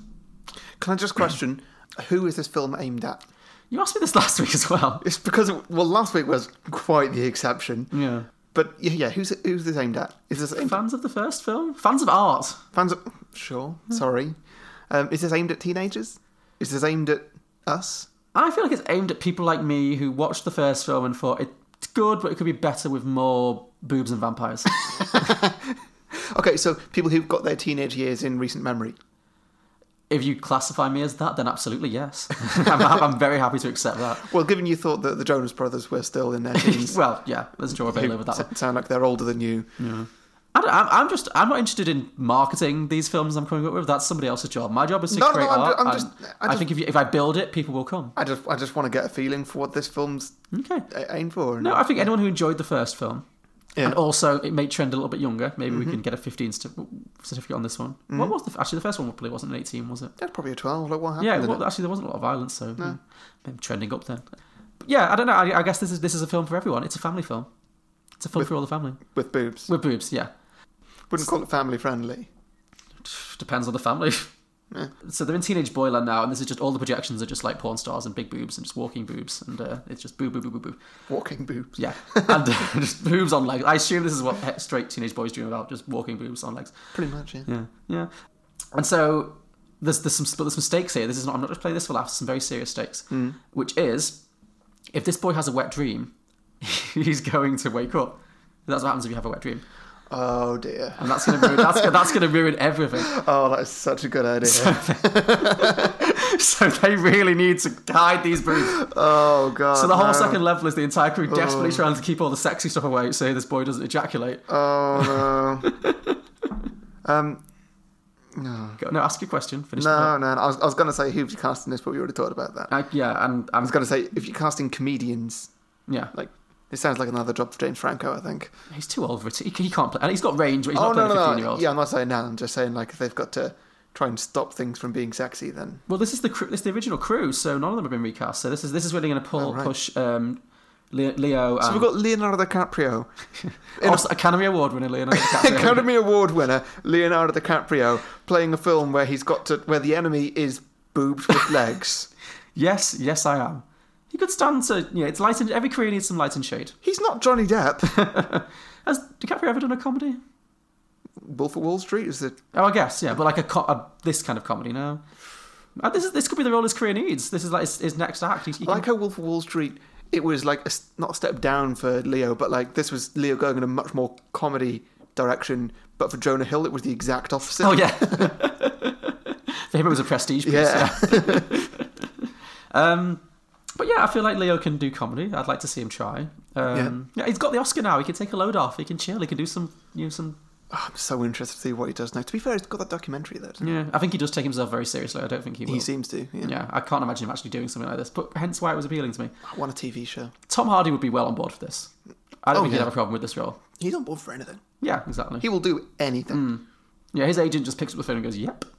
S1: Can I just question who is this film aimed at?
S2: You asked me this last week as well.
S1: It's because well, last week was quite the exception.
S2: Yeah,
S1: But yeah, yeah. Who's who's this aimed at? Is this aimed
S2: fans of the first film, fans of art.
S1: fans? Of, sure. Sorry. Um, is this aimed at teenagers? Is this aimed at us?
S2: I feel like it's aimed at people like me who watched the first film and thought it's good, but it could be better with more boobs and vampires.
S1: Okay, so people who've got their teenage years in recent memory.
S2: if you classify me as that, then absolutely yes. I'm, I'm very happy to accept that.
S1: Well, given you thought that the Jonas Brothers were still in their teens,
S2: Well, yeah, let's draw a veil
S1: who
S2: over that. One. Mm.
S1: s- sound like they're older than you.
S2: I don't, I'm, I'm just, I'm not interested in marketing these films I'm coming up with. That's somebody else's job. My job is to
S1: No, no,
S2: create
S1: I'm ju-
S2: art.
S1: I'm
S2: and
S1: just-
S2: I,
S1: I just-
S2: think if, you, if I build it, people will come.
S1: I just, I just want to get a feeling for what this film's
S2: Okay.
S1: a- aimed for.
S2: No, I think anyone who enjoyed the first film,
S1: Yeah. Mm-hmm.
S2: and also it may trend a little bit younger. Maybe we can get a 15 sti- certificate on this one. What was the f- actually the first one? Probably wasn't an 18, was it?
S1: That's probably a twelve. Like what happened?
S2: Yeah,
S1: in
S2: well,
S1: it?
S2: actually, there wasn't a lot of violence, so mm, maybe trending up then. But yeah, I don't know. I, I guess this is this is a film for everyone. It's a family film. It's a film for all the family
S1: with boobs.
S2: with boobs. Yeah,
S1: Wouldn't call it family friendly.
S2: depends on the family. So they're in teenage boyland now, and this is just all the projections are just like porn stars and big boobs and just walking boobs, and uh, it's just boo boo boo boo boo.
S1: Walking boobs.
S2: Yeah, and uh, just boobs on legs. I assume this is what he- straight teenage boys dream about, just walking boobs on legs.
S1: Pretty much. Yeah.
S2: Yeah, yeah. And so there's there's some but there's some stakes here. This is not I'm not just playing this for laughs. Some very serious stakes,
S1: Mm.
S2: which is if this boy has a wet dream, he's going to wake up. That's what happens if you have a wet dream,
S1: Oh dear.
S2: and that's gonna ruin, that's that's gonna ruin everything.
S1: Oh, that's such a good idea.
S2: So they really need to guide these boots.
S1: oh god.
S2: So the whole
S1: no. Oh.
S2: second level is the entire crew desperately trying to keep all the sexy stuff away, so this boy doesn't ejaculate.
S1: Oh no. um,
S2: Go- no, ask your question. Finish. the
S1: no,
S2: thought.
S1: no. I was, I was going to say who's casting this, but we already talked about that. I
S2: Uh, yeah, and I'm
S1: was going to say if you're casting comedians,
S2: yeah.
S1: like this sounds like another job for James Franco. I think.
S2: He's too old for it. He, he can't play. And he's got range. But he's
S1: oh
S2: not
S1: no,
S2: playing a
S1: no,
S2: fifteen-year-old.
S1: no. Yeah, I'm not saying that. I'm just saying like if they've got to try and stop things from being sexy, then
S2: Well, this is the crew, this is the original crew, so none of them have been recast. So this is this is really going to pull
S1: Oh, right.
S2: push um, Leo. Leo
S1: so
S2: and
S1: we've got Leonardo DiCaprio, in a-
S2: also Academy Award winner Leonardo DiCaprio.
S1: Academy Award winner Leonardo DiCaprio, playing a film where he's got to where the enemy is boobs with legs.
S2: Yes, yes, I am. He could stand to yeah. It's light and every career needs some light and shade.
S1: He's not Johnny Depp.
S2: Has DiCaprio ever done a comedy?
S1: Wolf of Wall Street is it?
S2: Oh, I guess yeah, but like a, co- a this kind of comedy no. Uh, This is this could be the role his career needs. This is like his, his next act. He, he
S1: I like
S2: can,
S1: how Wolf of Wall Street, it was like a, s- not a step down for Leo, but like this was Leo going in a much more comedy direction. But for Jonah Hill, it was the exact opposite.
S2: oh yeah. For him, it was a prestige piece.
S1: yeah.
S2: Um, but yeah, I feel like Leo can do comedy. I'd like to see him try. Um, yeah. he's got the Oscar now. He can take a load off. He can chill. He can do some, you know, some.
S1: I'm so interested to see what he does now. To be fair, he's got that documentary though. doesn't he?
S2: Yeah, I think he does take himself very seriously. I don't think he will.
S1: He seems to. Yeah.
S2: yeah, I can't imagine him actually doing something like this. But hence why it was appealing to me.
S1: I want a TV show.
S2: Tom Hardy would be well on board for this. I don't
S1: Oh,
S2: think he'd
S1: yeah.
S2: have a problem with this role.
S1: He's on board for anything.
S2: Yeah, exactly.
S1: He will do anything.
S2: yeah, his agent just picks up the phone and goes, "Yep."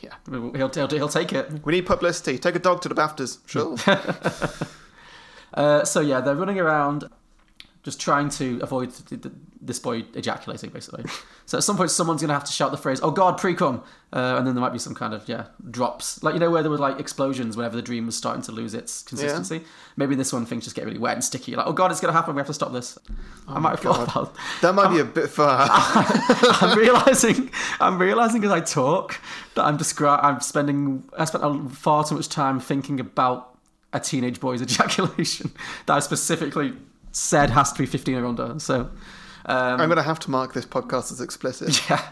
S1: Yeah.
S2: He'll, he'll, he'll take it.
S1: We need publicity. Take a dog to the BAFTAs. Sure.
S2: Uh, so yeah, they're running around, just trying to avoid th- th- this boy ejaculating, basically. so at some point, someone's going to have to shout the phrase "Oh God, pre-cum," uh, and then there might be some kind of yeah drops, like you know where there were like explosions whenever the dream was starting to lose its consistency. Maybe this one things just get really wet and sticky. Like, oh God, it's going to happen. We have to stop this. I might have thought about.
S1: that might be a bit far.
S2: I'm realizing, I'm realizing as I talk that I'm descri- I'm spending, I spent a- far too much time thinking about a teenage boy's ejaculation that I specifically said has to be 15 or under. So, um,
S1: I'm going to have to mark this podcast as explicit.
S2: yeah.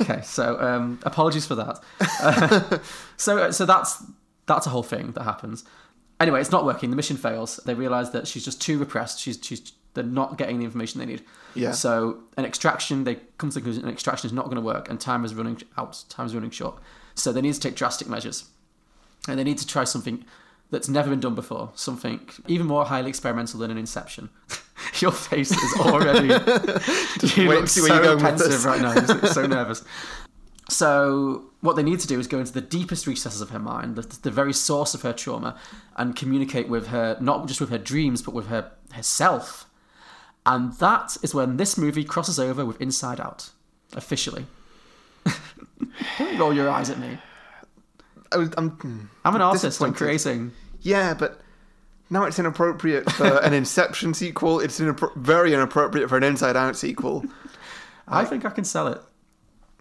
S2: okay, so um, apologies for that. so, so that's that's a whole thing that happens. Anyway, it's not working. The mission fails. They realise that she's just too repressed. She's she's they're not getting the information they need.
S1: Yeah.
S2: So an extraction, they come to the conclusion an extraction is not going to work, and time is running out. Time is running short. So they need to take drastic measures, and they need to try something that's never been done before. Something even more highly experimental than an inception. Your face is already. you
S1: wait
S2: look
S1: to see
S2: so
S1: where you're going with
S2: pensive
S1: this.
S2: right now. I'm so nervous. So what they need to do is go into the deepest recesses of her mind, the, the very source of her trauma, and communicate with her, not just with her dreams, but with her herself. And that is when this movie crosses over with Inside Out, officially. Don't roll your eyes at me.
S1: I was, I'm, hmm.
S2: I'm an artist. I'm
S1: Disappointed.
S2: creating.
S1: yeah, but now it's inappropriate for an Inception sequel. It's inappro- very inappropriate for an Inside Out sequel.
S2: I think I can sell it.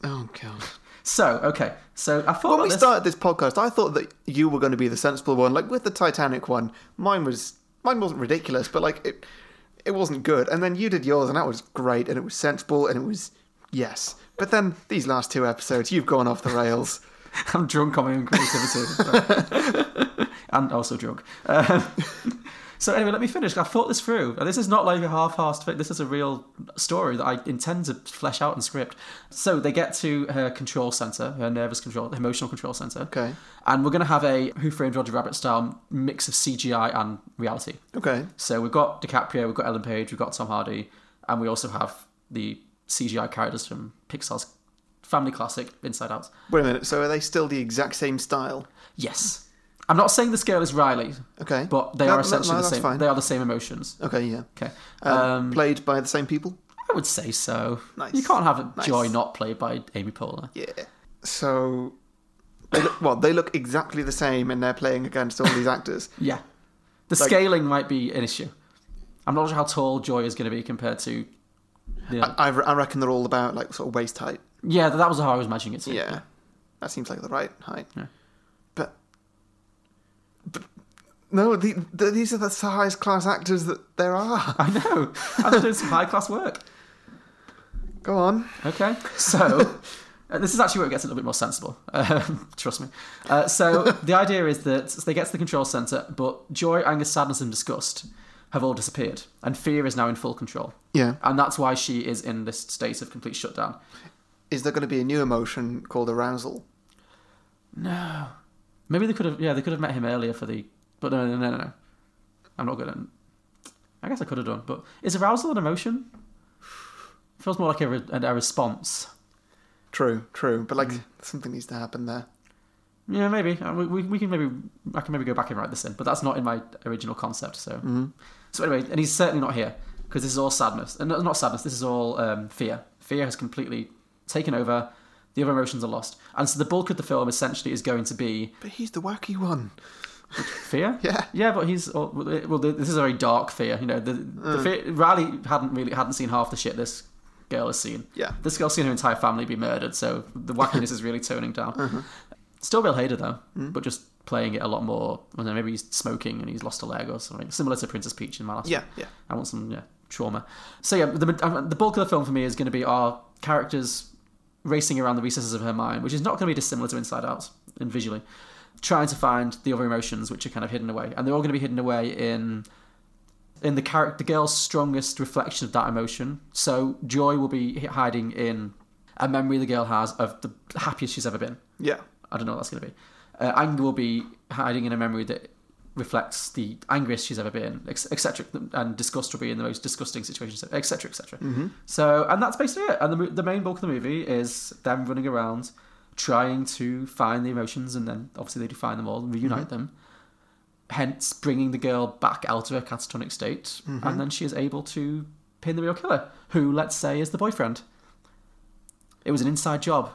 S1: Oh god.
S2: So okay. So I thought
S1: When
S2: about
S1: we
S2: this-
S1: started this podcast, I thought that you were going to be the sensible one. Like with the Titanic one, mine was mine wasn't ridiculous, but like it it wasn't good. And then you did yours, and that was great, and it was sensible, and it was yes. But then these last two episodes, you've gone off the rails.
S2: I'm drunk on my own creativity, and also drunk. Um, so anyway, let me finish. I thought this through. This is not like a half-assed thing. This is a real story that I intend to flesh out and script. So they get to her control center, her nervous control, her emotional control center.
S1: Okay.
S2: And we're going to have a Who Framed Roger Rabbit style mix of CGI and reality.
S1: Okay.
S2: So we've got DiCaprio, we've got Ellen Page, we've got Tom Hardy, and we also have the CGI characters from Pixar's family classic Inside Out.
S1: Wait a minute. So are they still the exact same style?
S2: Yes. I'm not saying the scale is Riley.
S1: Okay.
S2: But they
S1: No,
S2: are
S1: no,
S2: essentially
S1: no,
S2: the
S1: that's
S2: same.
S1: fine.
S2: They are the same emotions.
S1: Okay. Yeah.
S2: Okay.
S1: Um,
S2: Um,
S1: played by the same people.
S2: I would say so.
S1: Nice.
S2: You can't have a
S1: Nice.
S2: Joy not played by Amy Poehler.
S1: Yeah. So. They look, well, they look exactly the same, and they're playing against all these actors.
S2: Yeah. The
S1: Like-
S2: scaling might be an issue. I'm not sure how tall Joy is going to be compared to. The,
S1: I, I reckon they're all about like sort of waist height.
S2: yeah, that was how I was imagining it too.
S1: Yeah. That seems like the right height.
S2: Yeah.
S1: But, but no, the, the, these are the highest class actors that there are.
S2: I know. I'm doing some high class work.
S1: Go on.
S2: Okay, so uh, this is actually where it gets a little bit more sensible. Um, trust me. Uh, so the idea is that they get to the control center, but joy, anger, sadness, and disgust have all disappeared, and fear is now in full control.
S1: Yeah.
S2: And that's why she is in this state of complete shutdown.
S1: Is there going to be a new emotion called arousal?
S2: No. Maybe they could have. Yeah, they could have met him earlier for the. But no, no, no, no, no. I'm not good at. I guess I could have done. But is arousal an emotion? Feels more like a, re- a response.
S1: True, true. But like something needs to happen there.
S2: Yeah, maybe. Uh, We, we, we can maybe I can maybe go back and write this in, but that's not in my original concept. So, so anyway, and he's certainly not here because this is all sadness, and not sadness. This is all um, fear. Fear has completely taken over. The other emotions are lost, and so the bulk of the film essentially is going to be
S1: But he's the wacky one.
S2: fear.
S1: Yeah.
S2: yeah, but he's all- well. th- This is a very dark fear. You know, the, the
S1: Mm.
S2: fear, Riley hadn't really hadn't seen half the shit this girl has seen.
S1: Yeah.
S2: this girl's seen her entire family be murdered, so the wackiness is really toning down.
S1: Uh-huh.
S2: Still Bill Hader though,
S1: Mm.
S2: but just playing it a lot more. I don't know, maybe he's smoking and he's lost a leg or something, similar to Princess Peach in my last.
S1: Yeah,
S2: one.
S1: yeah.
S2: I want some yeah trauma. So yeah, the um, the bulk of the film for me is going to be our characters racing around the recesses of her mind, which is not going to be dissimilar to Inside Out and visually trying to find the other emotions which are kind of hidden away, and they're all going to be hidden away in in the character the girl's strongest reflection of that emotion. So joy will be hi- hiding in a memory the girl has of the happiest she's ever been.
S1: Yeah.
S2: I don't know what that's going to be. Uh, anger will be hiding in a memory that reflects the angriest she's ever been, etc. And disgust will be in the most disgusting situations, etc., etc. So, and that's basically it. And the, mo- the main bulk of the movie is them running around, trying to find the emotions, and then obviously they define them all, reunite them. Hence, bringing the girl back out of her catatonic state, and then she is able to pin the real killer, who, let's say, is the boyfriend. It was an inside job.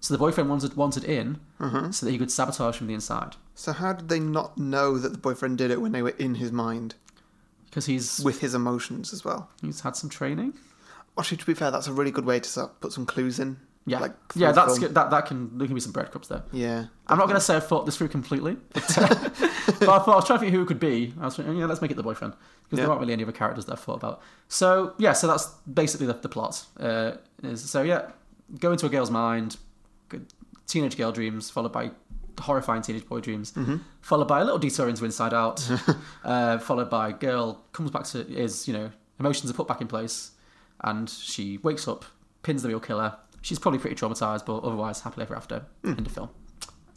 S2: So the boyfriend wanted wanted in
S1: Mm-hmm.
S2: so that he could sabotage from the inside
S1: So how did they not know that the boyfriend did it when they were in his mind
S2: because he's
S1: with his emotions as well?
S2: he's had some training.
S1: Actually, to be fair, that's a really good way to sort of put some clues in.
S2: Yeah,
S1: Like,
S2: yeah,
S1: through
S2: that's
S1: film.
S2: good. that that can there can be some breadcrumbs there.
S1: Yeah.
S2: I'm not going to say I thought this through completely, but, uh, but I, thought, I was trying to think who it could be. I was thinking, yeah, let's make it the boyfriend because
S1: Yeah.
S2: there aren't really any other characters that I thought about. So yeah, so that's basically the, the plot. Uh, is, so yeah, go into a girl's mind, good teenage girl dreams followed by horrifying teenage boy dreams, followed by a little detour into Inside Out, uh, followed by girl comes back to is you know emotions are put back in place, and she wakes up, pins the real killer. She's probably pretty traumatized, but otherwise happily ever after. End of film.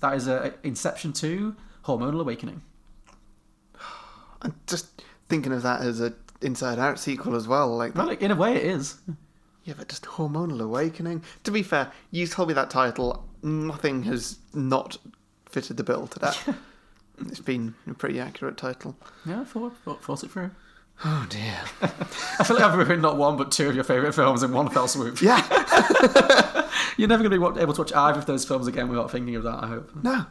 S2: That is uh, Inception 2 Hormonal Awakening.
S1: And just thinking of that as a Inside Out sequel as well, like
S2: Well, in a way, it is.
S1: yeah, but just hormonal awakening. To be fair, you told me that title. Nothing has not fitted the bill to that. it's been a pretty accurate title.
S2: Yeah, I thought, thought, thought it through.
S1: Oh dear.
S2: I feel like I've ruined not one but two of your favourite films in one fell swoop.
S1: Yeah.
S2: You're never going to be wa- able to watch either of those films again without thinking of that, I hope.
S1: No.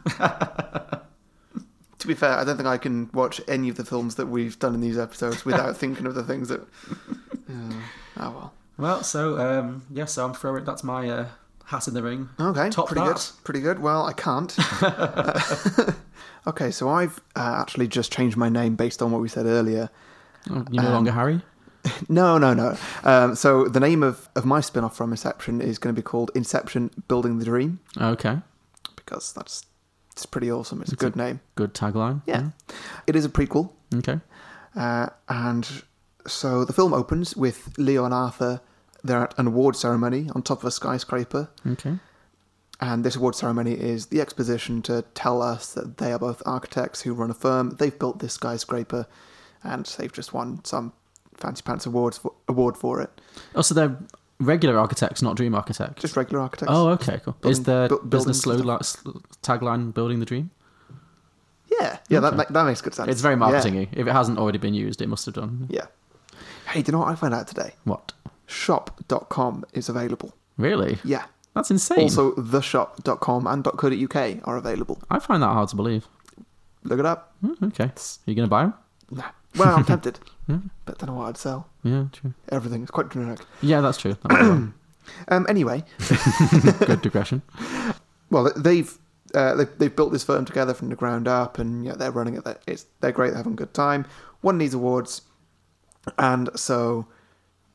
S1: to be fair, I don't think I can watch any of the films that we've done in these episodes without thinking of the things that. Yeah. oh
S2: Well, so, um, yeah, so I'm throwing, that's my uh, hat in the ring.
S1: well. Okay.
S2: Top
S1: pretty
S2: that.
S1: good. Pretty good. Well, I can't. Uh, okay, so I've uh, actually just changed my name based on what we said earlier.
S2: You're
S1: Um,
S2: no longer Harry?
S1: No, no, no. Um, so the name of, of my spin off from Inception is going to be called Inception Building the Dream
S2: Okay,
S1: because that's it's pretty awesome. It's a good name.
S2: good tagline.
S1: Yeah. It is a prequel.
S2: Okay.
S1: Uh, and so the film opens with Leo and Arthur. They're at an award ceremony on top of a skyscraper.
S2: Okay.
S1: And this award ceremony is the exposition to tell us that they are both architects who run a firm. They've built this skyscraper and they've just won some fancy pants awards for, award for it.
S2: Also, Oh, they're regular architects, not dream architects.
S1: Just regular architects.
S2: Oh, okay, cool.
S1: Is Building-
S2: Is
S1: their bu-
S2: the
S1: building business
S2: business
S1: slow-
S2: tagline building the dream?
S1: Yeah, yeah, that,
S2: Okay.
S1: that that makes good sense.
S2: It's very
S1: Yeah.
S2: marketingy. If it hasn't already been used, it must have done.
S1: Yeah. Hey, do you know what I found out today?
S2: What?
S1: Shop.com is available.
S2: Really?
S1: Yeah.
S2: That's insane.
S1: Also, theshop.com and .co.uk are available.
S2: I find that hard to believe.
S1: Look it up.
S2: Hmm, Okay. Are you going to buy them?
S1: Nah. Well, I'm tempted,
S2: Hmm?
S1: but don't know what I'd sell.
S2: Yeah, true.
S1: Everything. It's quite generic.
S2: Yeah, that's true. That might be
S1: Um, anyway,
S2: a Good digression.
S1: well, they've uh, they've, they've built this firm together from the ground up, and yeah, they're running it. They're- It's, they're great. They're having a good time. Won these awards, and so,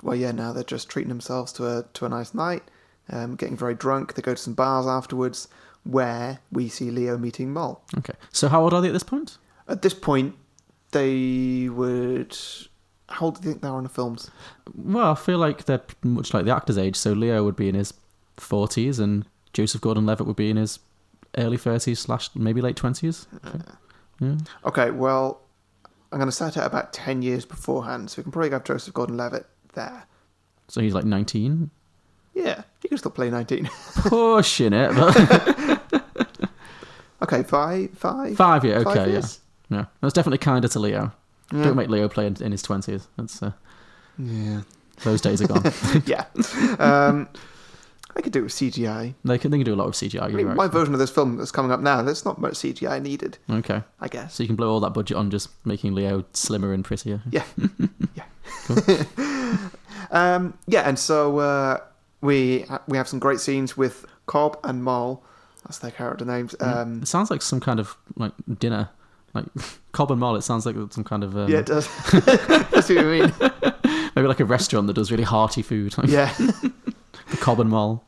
S1: well, yeah. Now they're just treating themselves to a to a nice night, um, getting very drunk. They go to some bars afterwards, where we see Leo meeting Mol.
S2: Okay. So how old are they at this point?
S1: At this point, they would. How old do you think they are in the films?
S2: Well, I feel like they're p- much like the actor's age. So Leo would be in his 40s and Joseph Gordon-Levitt would be in his early 30s slash maybe late 20s. I think.
S1: Okay, well, I'm going to set it about 10 years beforehand, so we can probably have Joseph Gordon Levitt there.
S2: So he's like 19.
S1: Yeah, he can still play 19.
S2: Pushing it. But
S1: okay, five, five,
S2: five year.
S1: five
S2: Okay, yeah.
S1: years?
S2: Yeah. That's definitely kinder to Leo.
S1: Yeah.
S2: Don't make Leo play in, in his 20s. That's uh,
S1: Yeah.
S2: Those days are gone.
S1: yeah. Um, I could do it with CGI.
S2: they, can, they can do a lot with CGI.
S1: I
S2: You're
S1: mean,
S2: right.
S1: my version of this film that's coming up now, there's not much CGI needed,
S2: Okay.
S1: I guess.
S2: So you can blow all that budget on just making Leo slimmer and prettier.
S1: Yeah. yeah. um, yeah, and so uh, we we have some great scenes with Cobb and Mole. That's their character names. Um,
S2: It sounds like some kind of like dinner, like Cobb and Mall. It sounds like some kind of um,
S1: yeah, it does. I see what you mean.
S2: maybe like a restaurant that does really hearty food. Like
S1: Yeah.
S2: the Cobb and Mall.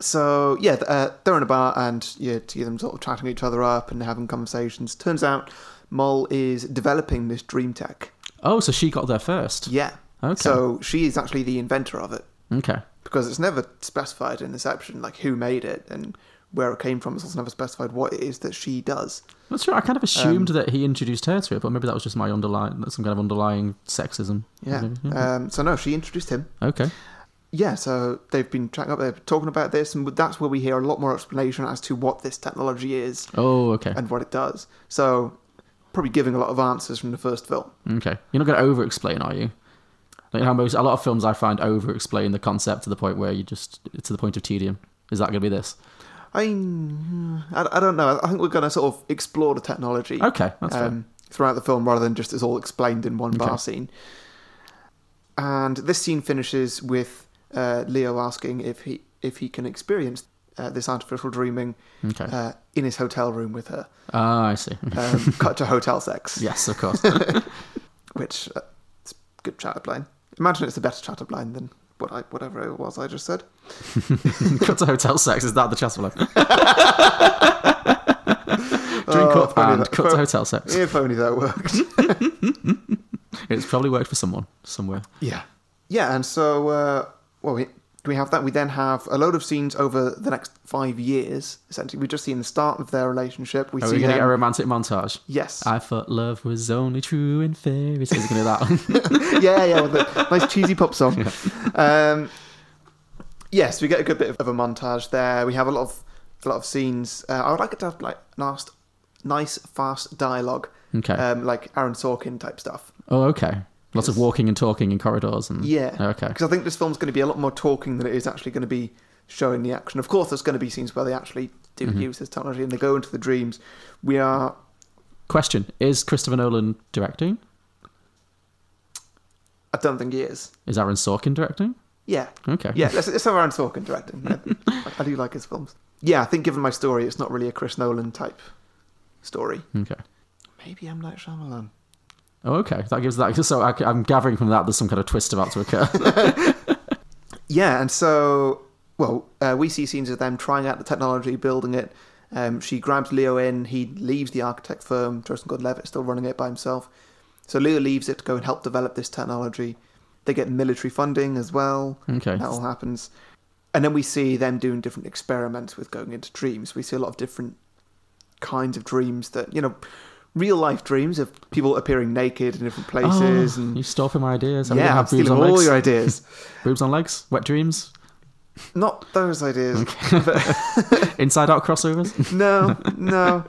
S1: So yeah, th- uh, they're in a bar and you see them sort of chatting each other up and having conversations. Turns out, Moll is developing this dream tech.
S2: Oh, so she got there first.
S1: Yeah.
S2: Okay.
S1: So she is actually the inventor of it
S2: Okay.
S1: because it's never specified in Inception like who made it and where it came from. It's also never specified what it is that she does.
S2: That's right. I kind of assumed
S1: Um,
S2: that he introduced her to it, but maybe that was just my underlying, some kind of underlying sexism.
S1: Yeah.
S2: Maybe,
S1: Um, so no, she introduced him.
S2: Okay.
S1: yeah, so they've been chatting up, they're talking about this, and that's where we hear a lot more explanation as to what this technology is
S2: Oh, okay.
S1: and what it does. So, probably giving a lot of answers from the first film.
S2: Okay. You're not going to over explain, are you? Like how most, a lot of films I find over explain the concept to the point where you just, to the point of tedium. Is that going to be this?
S1: I, mm, I, I don't know. I think we're going to sort of explore the technology.
S2: Okay, that's fair.
S1: Um, Throughout the film, rather than just it's all explained in one bar scene. And this scene finishes with uh, Leo asking if he if he can experience uh, this artificial dreaming
S2: Okay.
S1: uh, in his hotel room with her.
S2: Ah, I see.
S1: Um, cut to hotel sex.
S2: yes, of course.
S1: which uh, it's a good chatterblind. Imagine it's a better chatterblind than what I whatever it was I just said.
S2: Cut to hotel sex. Is that the chess life? Drink up
S1: if only
S2: and
S1: Oh, that-
S2: cut to
S1: if-
S2: hotel sex.
S1: If only that worked.
S2: It's probably worked for someone somewhere.
S1: yeah, yeah, and so uh, well, we, we have that. We then have a load of scenes over the next five years. Essentially, we've just seen the start of their relationship. We
S2: Are
S1: see
S2: we going
S1: them-
S2: to get a romantic montage?
S1: yes,
S2: I thought love was only true in fairy tales. Going to that one.
S1: yeah, yeah, with a nice cheesy pop song. Um, yes, we get a good bit of a montage there. We have a lot of a lot of scenes. Uh, I would like it to have like nice, nice fast dialogue,
S2: Okay.
S1: um, like Aaron Sorkin type stuff.
S2: Oh, okay. Lots of walking and talking in corridors and
S1: Yeah,
S2: Okay.
S1: Because I think this film's going to be a lot more talking than it is actually going to be showing the action. Of course, there's going to be scenes where they actually do use this technology and they go into the dreams. We are
S2: Question: Is Christopher Nolan directing?
S1: I don't think he is.
S2: Is Aaron Sorkin directing?
S1: Yeah.
S2: Okay.
S1: Yeah, let's, let's have Aaron Sorkin directing. Yeah. I do like his films. Yeah, I think given my story, it's not really a Chris Nolan type story.
S2: Okay.
S1: Maybe M. Night Shyamalan.
S2: Oh, okay. That gives that. So I, am gathering from that there's some kind of twist about to occur.
S1: Yeah, and so, well, uh, we see scenes of them trying out the technology, building it. Um, she grabs Leo in. He leaves the architect firm. Tristan Gordon-Levitt's still running it by himself. So Leo leaves it to go and help develop this technology. They get military funding as well.
S2: Okay.
S1: That all happens. And then we see them doing different experiments with going into dreams. We see a lot of different kinds of dreams that, you know, real life dreams of people appearing naked in different places.
S2: Oh, you
S1: and
S2: stole my ideas. I'm gonna
S1: Yeah, I'm
S2: have boobs
S1: stealing
S2: on
S1: all
S2: legs.
S1: your ideas.
S2: Boobs on legs. Wet dreams.
S1: Not those ideas.
S2: Inside out crossovers.
S1: No, no.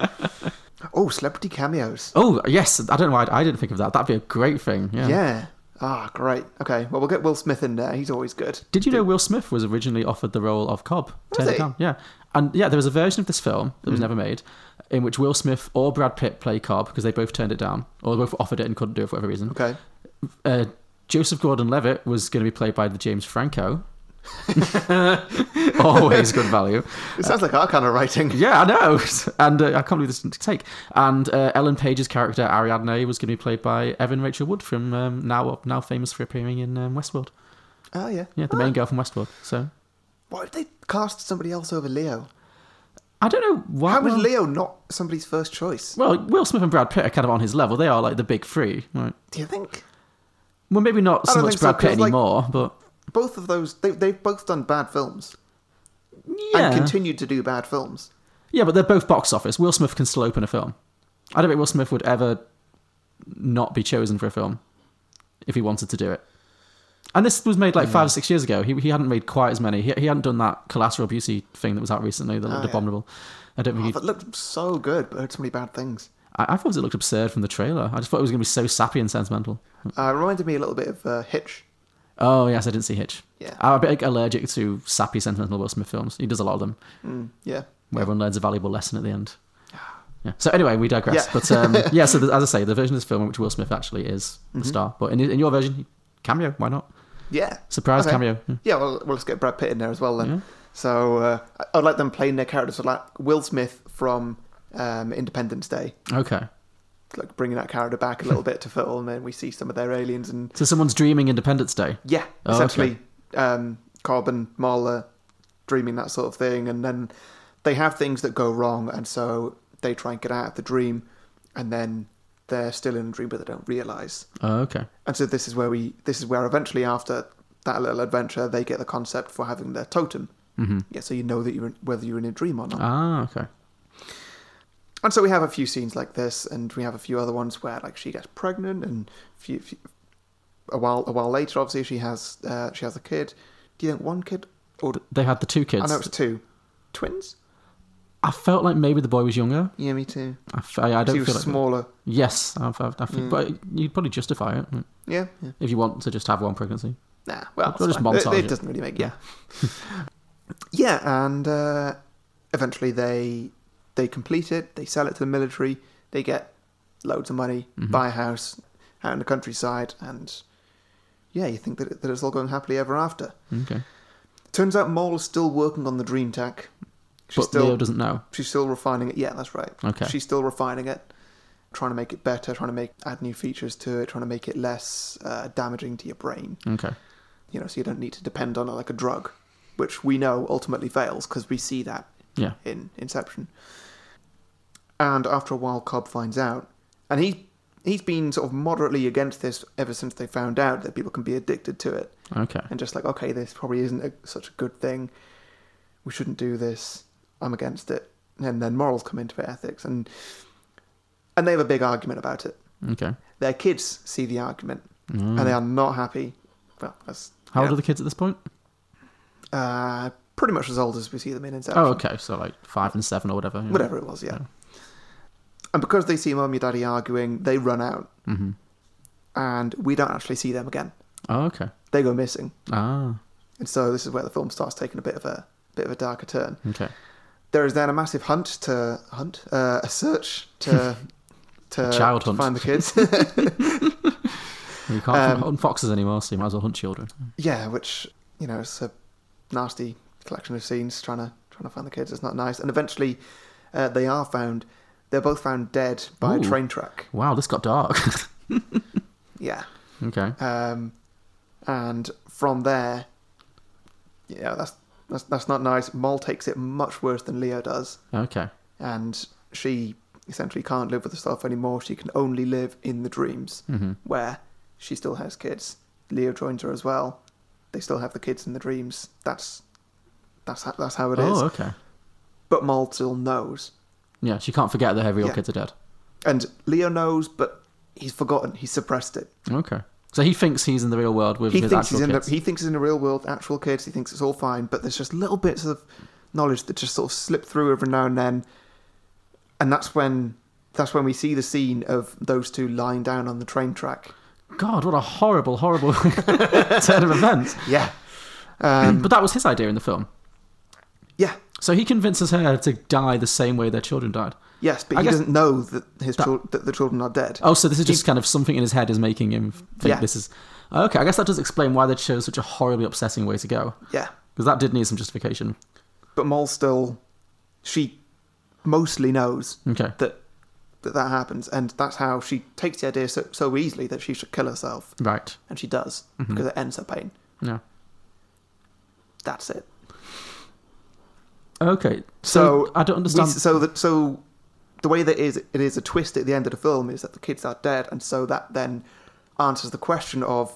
S1: Oh, celebrity cameos.
S2: oh yes. I don't know why I didn't think of that. That'd be a great thing. Yeah.
S1: Yeah. Ah, great. Okay. Well, we'll get Will Smith in there. He's always good.
S2: Did you know Will Smith was originally offered the role of Cobb?
S1: Was
S2: Taylor
S1: he? Hmm.
S2: Cobb, Yeah. And yeah, there was a version of this film that was never made in which Will Smith or Brad Pitt play Cobb because they both turned it down or they both offered it and couldn't do it for whatever reason.
S1: Okay.
S2: Uh, Joseph Gordon Levitt was going to be played by the James Franco. Always good value.
S1: It sounds like our kind of writing.
S2: Yeah, I know. And uh, I can't believe this didn't take. And uh, Ellen Page's character Ariadne was going to be played by Evan Rachel Wood from um, now now famous for appearing in um, Westworld.
S1: Oh yeah.
S2: Yeah, the main girl from Westworld. So
S1: Why would they cast somebody else over Leo?
S2: I don't know why.
S1: How was
S2: well,
S1: Leo not somebody's first choice?
S2: Well, Will Smith and Brad Pitt are kind of on his level. They are like the big three. Right.
S1: Do you think
S2: Well, maybe not
S1: I
S2: so
S1: don't
S2: much
S1: think so,
S2: Brad Pitt
S1: 'cause, like-
S2: anymore, but
S1: both of those? They they've both done bad films
S2: yeah,
S1: and continued to do bad films.
S2: yeah. But they're both box office. Will Smith can still open a film. I don't think Will Smith would ever not be chosen for a film if he wanted to do it. And this was made like five or six years ago. He, he hadn't made quite as many. He, he hadn't done that collateral beauty thing that was out recently that looked
S1: Oh, yeah.
S2: abominable. I don't think
S1: Oh,
S2: he
S1: that looked so good, but heard so many bad things.
S2: I, I thought it looked absurd from the trailer. I just thought it was going to be so sappy and sentimental.
S1: Uh, it reminded me a little bit of uh, Hitch.
S2: Oh yes, I didn't see Hitch.
S1: Yeah.
S2: I'm a bit allergic to sappy, sentimental Will Smith films. He does a lot of them,
S1: Yeah.
S2: where everyone learns a valuable lesson at the end. Yeah. So anyway, we digress.
S1: Yeah.
S2: But um, yeah, so the, as I say, the version of this film in which Will Smith actually is
S1: Mm-hmm.
S2: the star, but in, in your version, cameo, why not?
S1: Yeah.
S2: Surprise
S1: Okay.
S2: cameo. Hmm. Yeah.
S1: Yeah, well, well, let's get Brad Pitt in there as well then. So uh, I- I'd like them playing their characters, so like Will Smith from um, Independence Day,
S2: Okay.
S1: like bringing that character back a little bit to film, and we see some of their aliens and
S2: So someone's dreaming Independence Day.
S1: yeah,
S2: Oh,
S1: essentially um, Carbon Marla dreaming that sort of thing, and then they have things that go wrong, and so they try and get out of the dream, and then they're still in a dream, but they don't realize.
S2: Oh, okay.
S1: And so this is where we this is where eventually after that little adventure they get the concept for having their totem. Mm-hmm. Yeah, so you know that you're whether you're in a dream or not.
S2: Ah, okay.
S1: And so we have a few scenes like this, and we have a few other ones where like she gets pregnant, and few, few, a while a while later, obviously she has uh, she has a kid. Do you think one kid or
S2: They had the two kids.
S1: I know it's two twins?
S2: I felt like maybe the boy was younger.
S1: Yeah, me too.
S2: I, f- I- I don't
S1: She
S2: feel
S1: was Mm.
S2: like
S1: smaller.
S2: Yes, I, I, I think, but you'd probably justify it mm,
S1: Yeah, yeah.
S2: if you want to just have one pregnancy.
S1: Nah, well,
S2: We'll
S1: it's
S2: just
S1: fine. It-
S2: montage
S1: It,
S2: it.
S1: doesn't really make yeah. yeah, and uh, eventually they they complete it. They sell it to the military. They get loads of money,
S2: Mm-hmm.
S1: buy a house out in the countryside, and yeah, you think that, it- that it's all going happily ever after.
S2: Okay,
S1: Turns out Mole is still working on the dream tech. She's
S2: but Leo doesn't know.
S1: She's still refining it. Yeah, that's right.
S2: Okay.
S1: She's still refining it, trying to make it better, trying to make add new features to it, trying to make it less uh, damaging to your brain
S2: Okay,
S1: you know, so you don't need to depend on it like a drug, which we know ultimately fails because we see that
S2: yeah.
S1: in Inception. And after a while, Cobb finds out, and he he's been sort of moderately against this ever since they found out that people can be addicted to it,
S2: Okay.
S1: and just like, okay, this probably isn't a, such a good thing. We shouldn't do this. I'm against it. And then morals come into it, ethics, and and they have a big argument about it.
S2: Okay.
S1: Their kids see the argument, and they are not happy. Well, that's
S2: How
S1: you
S2: old
S1: know,
S2: are the kids at this point?
S1: uh, pretty much as old as we see them in Inception.
S2: Oh, okay. So like five and seven or whatever. yeah.
S1: Uh, Whatever it was, yeah. And because they see mum and daddy arguing, they run out. Mm-hmm. And we don't actually see them again.
S2: Oh, okay.
S1: They go missing.
S2: Ah,
S1: And so this is where the film starts taking a bit of a bit of a darker turn.
S2: okay.
S1: There is then a massive hunt to hunt, uh, a search to to,
S2: child
S1: to
S2: hunt.
S1: find the kids.
S2: You
S1: Um,
S2: can't hunt foxes anymore, so you might as well hunt children.
S1: Yeah, which you know, it's a nasty collection of scenes trying to trying to find the kids. It's not nice. And eventually, uh, they are found. They're both found dead by
S2: Ooh.
S1: a train track.
S2: Wow, this got dark.
S1: Yeah,
S2: okay.
S1: um, and from there, yeah, that's that's that's not nice. Mol takes it much worse than Leo does,
S2: Okay.
S1: and she essentially can't live with herself anymore. She can only live in the dreams
S2: Mm-hmm.
S1: where she still has kids. Leo joins her as well. They still have the kids in the dreams. That's that's how, that's how it is.
S2: Oh, okay.
S1: But Mol still knows,
S2: Yeah, she can't forget that her real
S1: Yeah.
S2: kids are dead.
S1: and Leo knows, but he's forgotten. He's suppressed it.
S2: Okay. So he thinks he's in the real world with
S1: he
S2: his
S1: thinks
S2: actual
S1: he's in the,
S2: kids.
S1: he thinks he's in the real world, actual kids. He thinks it's all fine, but there's just little bits of knowledge that just sort of slip through every now and then, and that's when that's when we see the scene of those two lying down on the train track.
S2: God, what a horrible, horrible turn of events.
S1: Yeah, Um,
S2: but that was his idea in the film.
S1: yeah,
S2: So he convinces her to die the same way their children died.
S1: yes. But
S2: I
S1: he
S2: guess-
S1: doesn't know that his chil- that the children are dead.
S2: Oh, so this is just kind of something in his head is making him think
S1: Yeah.
S2: this is. Okay, I guess that does explain why they chose such a horribly upsetting way to go.
S1: Yeah.
S2: Because that did need some justification.
S1: But Moll still, she mostly knows
S2: Okay.
S1: that, that that happens, and that's how she takes the idea so, so easily that she should kill herself,
S2: Right.
S1: and she does
S2: Mm-hmm.
S1: because it ends her pain.
S2: Yeah.
S1: That's it.
S2: Okay. So,
S1: So
S2: I don't understand.
S1: We, so that so the way that is it is a twist at the end of the film is that the kids are dead, and so that then answers the question of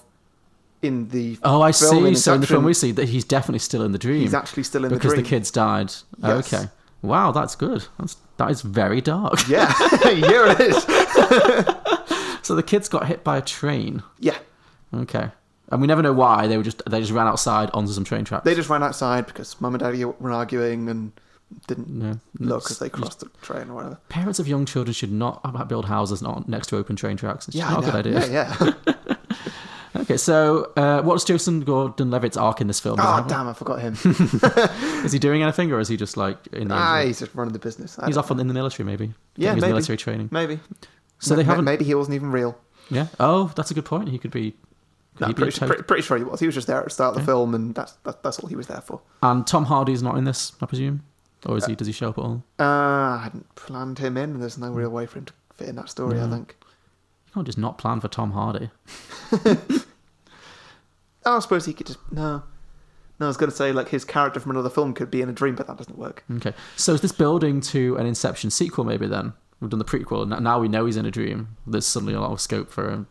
S1: in the
S2: oh, I
S1: film
S2: see.
S1: in
S2: So in the film
S1: Inception,
S2: we see that he's definitely still in the dream.
S1: he's actually still in
S2: because
S1: the
S2: the,
S1: dream
S2: kids died.
S1: Yes.
S2: Okay. Wow, that's good. That's that is very dark.
S1: Yeah, yeah, it is.
S2: So the kids got hit by a train.
S1: Yeah,
S2: Okay. And we never know why. They were just they just ran outside onto some train tracks.
S1: they just ran outside because mum and daddy were arguing and didn't
S2: yeah.
S1: look as they crossed the train or whatever.
S2: Parents of young children should not build houses not next to open train tracks. It's
S1: Yeah,
S2: not
S1: I
S2: a good
S1: know.
S2: idea.
S1: Yeah, yeah.
S2: Okay, so uh, what's Jason Gordon-Levitt's arc in this film?
S1: oh damn, I forgot him.
S2: Is he doing anything, or is he just like in the?
S1: ah, he's just running the business. I
S2: he's
S1: don't
S2: off on, in the military, maybe.
S1: Yeah,
S2: Getting his
S1: maybe.
S2: military training.
S1: know. maybe.
S2: So they
S1: Ma-
S2: haven't.
S1: Maybe he wasn't even real.
S2: Yeah. Oh, that's a good point. He could be. could
S1: No,
S2: he be a
S1: pretty,
S2: toad?
S1: pretty, pretty sure he was. He was just there at the start of the film, and that's that, that's all he was there for.
S2: And Tom Hardy's not in this, I presume, or is he? Does he show up at all?
S1: Uh, I hadn't planned him in, and there's no real way for him to fit in that story. I think.
S2: You can't just not plan for Tom Hardy.
S1: Oh, I suppose he could just no. No, I was going to say like his character from another film could be in a dream, but that doesn't work.
S2: Okay. So is this building to an Inception sequel? Maybe then we've done the prequel, and now we know he's in a dream. There's suddenly a lot of scope for a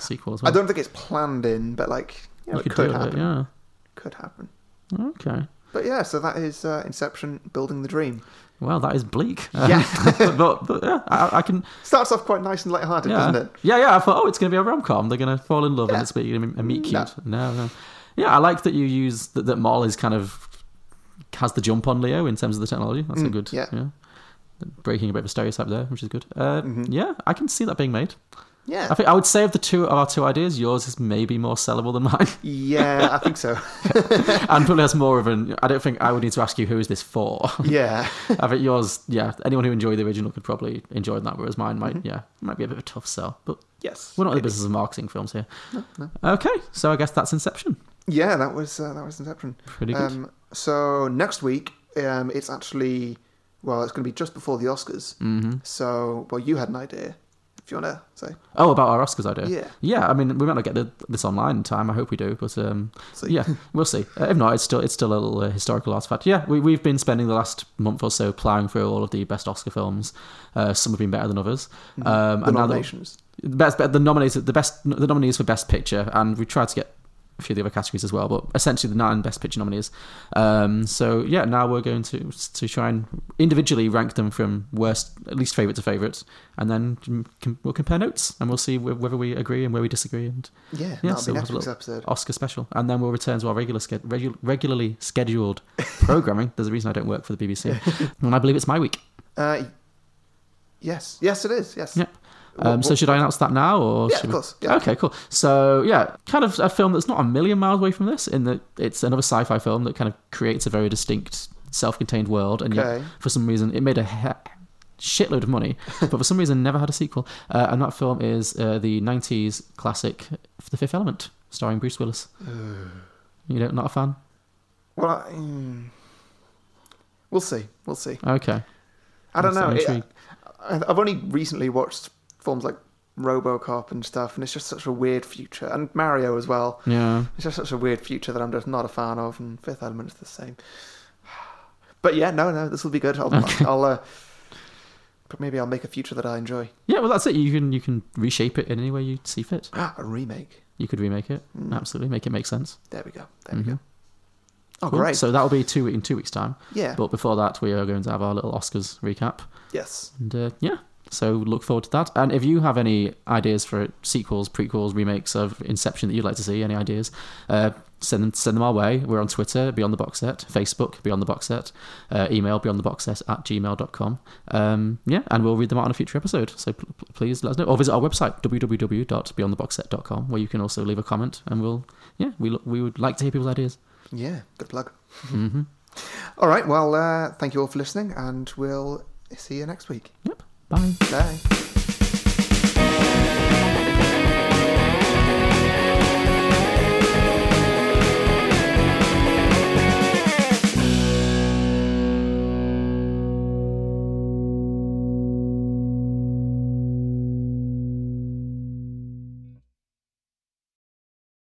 S2: sequel as well.
S1: I don't think it's planned in, but like you know,
S2: You
S1: it
S2: could
S1: could
S2: do
S1: happen.
S2: it. Yeah.
S1: Could happen.
S2: Okay.
S1: But yeah, so that is uh, Inception, building the dream.
S2: Well, that is bleak.
S1: Yeah.
S2: Um, but, but yeah, I, I can.
S1: Starts off quite nice and light-hearted,
S2: Yeah.
S1: doesn't it?
S2: yeah, yeah. I thought, oh, it's going to be a rom com. They're going to fall in love and
S1: Yeah.
S2: it's going to be a meet cute.
S1: No.
S2: No. no, Yeah, I like that you use that, that Maul is kind of has the jump on Leo in terms of the technology. That's a good.
S1: Mm, yeah.
S2: Breaking a bit of a stereotype there, which is good. Uh, Yeah, I can see that being made.
S1: Mm-hmm. Yeah,
S2: I think I would say of the two of our two ideas, yours is maybe more sellable than mine,
S1: yeah, I think so.
S2: and probably has more of an. I don't think I would need to ask you who is this for.
S1: yeah,
S2: I think yours, yeah. Anyone who enjoyed the original could probably enjoy that, whereas mine might,
S1: Mm-hmm.
S2: yeah, might be a bit of a tough sell. But
S1: yes.
S2: we're not in the business of marketing films here. Okay, so I guess that's Inception.
S1: Yeah, that was uh, that was Inception.
S2: Pretty good.
S1: Um, so next week, um, it's actually well, it's going to be just before the Oscars. Mm-hmm. So, well, you had an idea. If you want to say,
S2: Oh, about our Oscars idea.
S1: Yeah.
S2: yeah. I mean, we might not get the, this online in time. I hope we do, but um,
S1: See.
S2: yeah, we'll see. Uh, if not, it's still it's still a little uh, historical artifact. Yeah, we we've been spending the last month or so plowing through all of the best Oscar films. Uh, some have been better than others.
S1: Mm-hmm.
S2: Um,
S1: the
S2: and now that-
S1: nominations.
S2: the best, the nominated, the best, the nominees for best picture, and we tried to get a few of the other categories as well, but essentially the nine best picture nominees. Um, so yeah, now we're going to to try and individually rank them from worst, least favorite to favorite, and then com- we'll compare notes and we'll see wh- whether we agree and where we disagree. And
S1: Yeah,
S2: yeah,
S1: that'll
S2: so
S1: be next
S2: we'll have a
S1: week's
S2: little
S1: episode.
S2: Oscar special, and then we'll return to our regular sched- regu- regularly scheduled programming. There's a reason I don't work for the BBC, and I believe it's my week.
S1: Uh, yes, yes, it is. Yes.
S2: Yep. Um, so should I announce that now, or
S1: Yeah,
S2: should
S1: of
S2: we-
S1: course, yeah.
S2: Okay, cool. So yeah, kind of a film that's not a million miles away from this, in that it's another sci-fi film that kind of creates a very distinct, self-contained world, and
S1: Okay.
S2: yet for some reason it made a he- shitload of money, but for some reason never had a sequel. Uh, and that film is uh, the '90s classic, The Fifth Element, starring Bruce Willis. you know, not a fan.
S1: Well, I, mm, we'll see. We'll see.
S2: Okay.
S1: I don't
S2: I'm
S1: know. It,
S2: intrigued.
S1: I, I've only recently watched films like RoboCop and stuff, and it's just such a weird future, and Mario as well.
S2: Yeah.
S1: It's just such a weird future that I'm just not a fan of, and Fifth Element's the same. But yeah, no, no, this will be good. I'll, I'll, uh, but maybe I'll make a future that I enjoy.
S2: Yeah. Well, that's it. You can you can reshape it in any way you see fit.
S1: a remake.
S2: You could remake it.
S1: Mm.
S2: Absolutely, make it make sense.
S1: There we go. There we go. Oh,
S2: Cool.
S1: great.
S2: So that'll be two in two weeks' time.
S1: Yeah.
S2: But before that, we are going to have our little Oscars recap,
S1: yes.
S2: and uh, yeah. So look forward to that. And if you have any ideas for sequels, prequels, remakes of Inception that you'd like to see, any ideas, uh, send them send them our way. We're on Twitter, Beyond the Box Set, Facebook, Beyond the Box Set, uh, email Beyond the Box Set at gmail.com. Um, yeah, and we'll read them out on a future episode. So pl- pl- please let us know, or visit our website www.beyondtheboxset.com, where you can also leave a comment, and we'll yeah we look, we would like to hear people's ideas.
S1: Yeah. Good plug. All right. Well, uh, thank you all for listening, and we'll see you next week.
S2: Yep. Bye.
S1: Bye.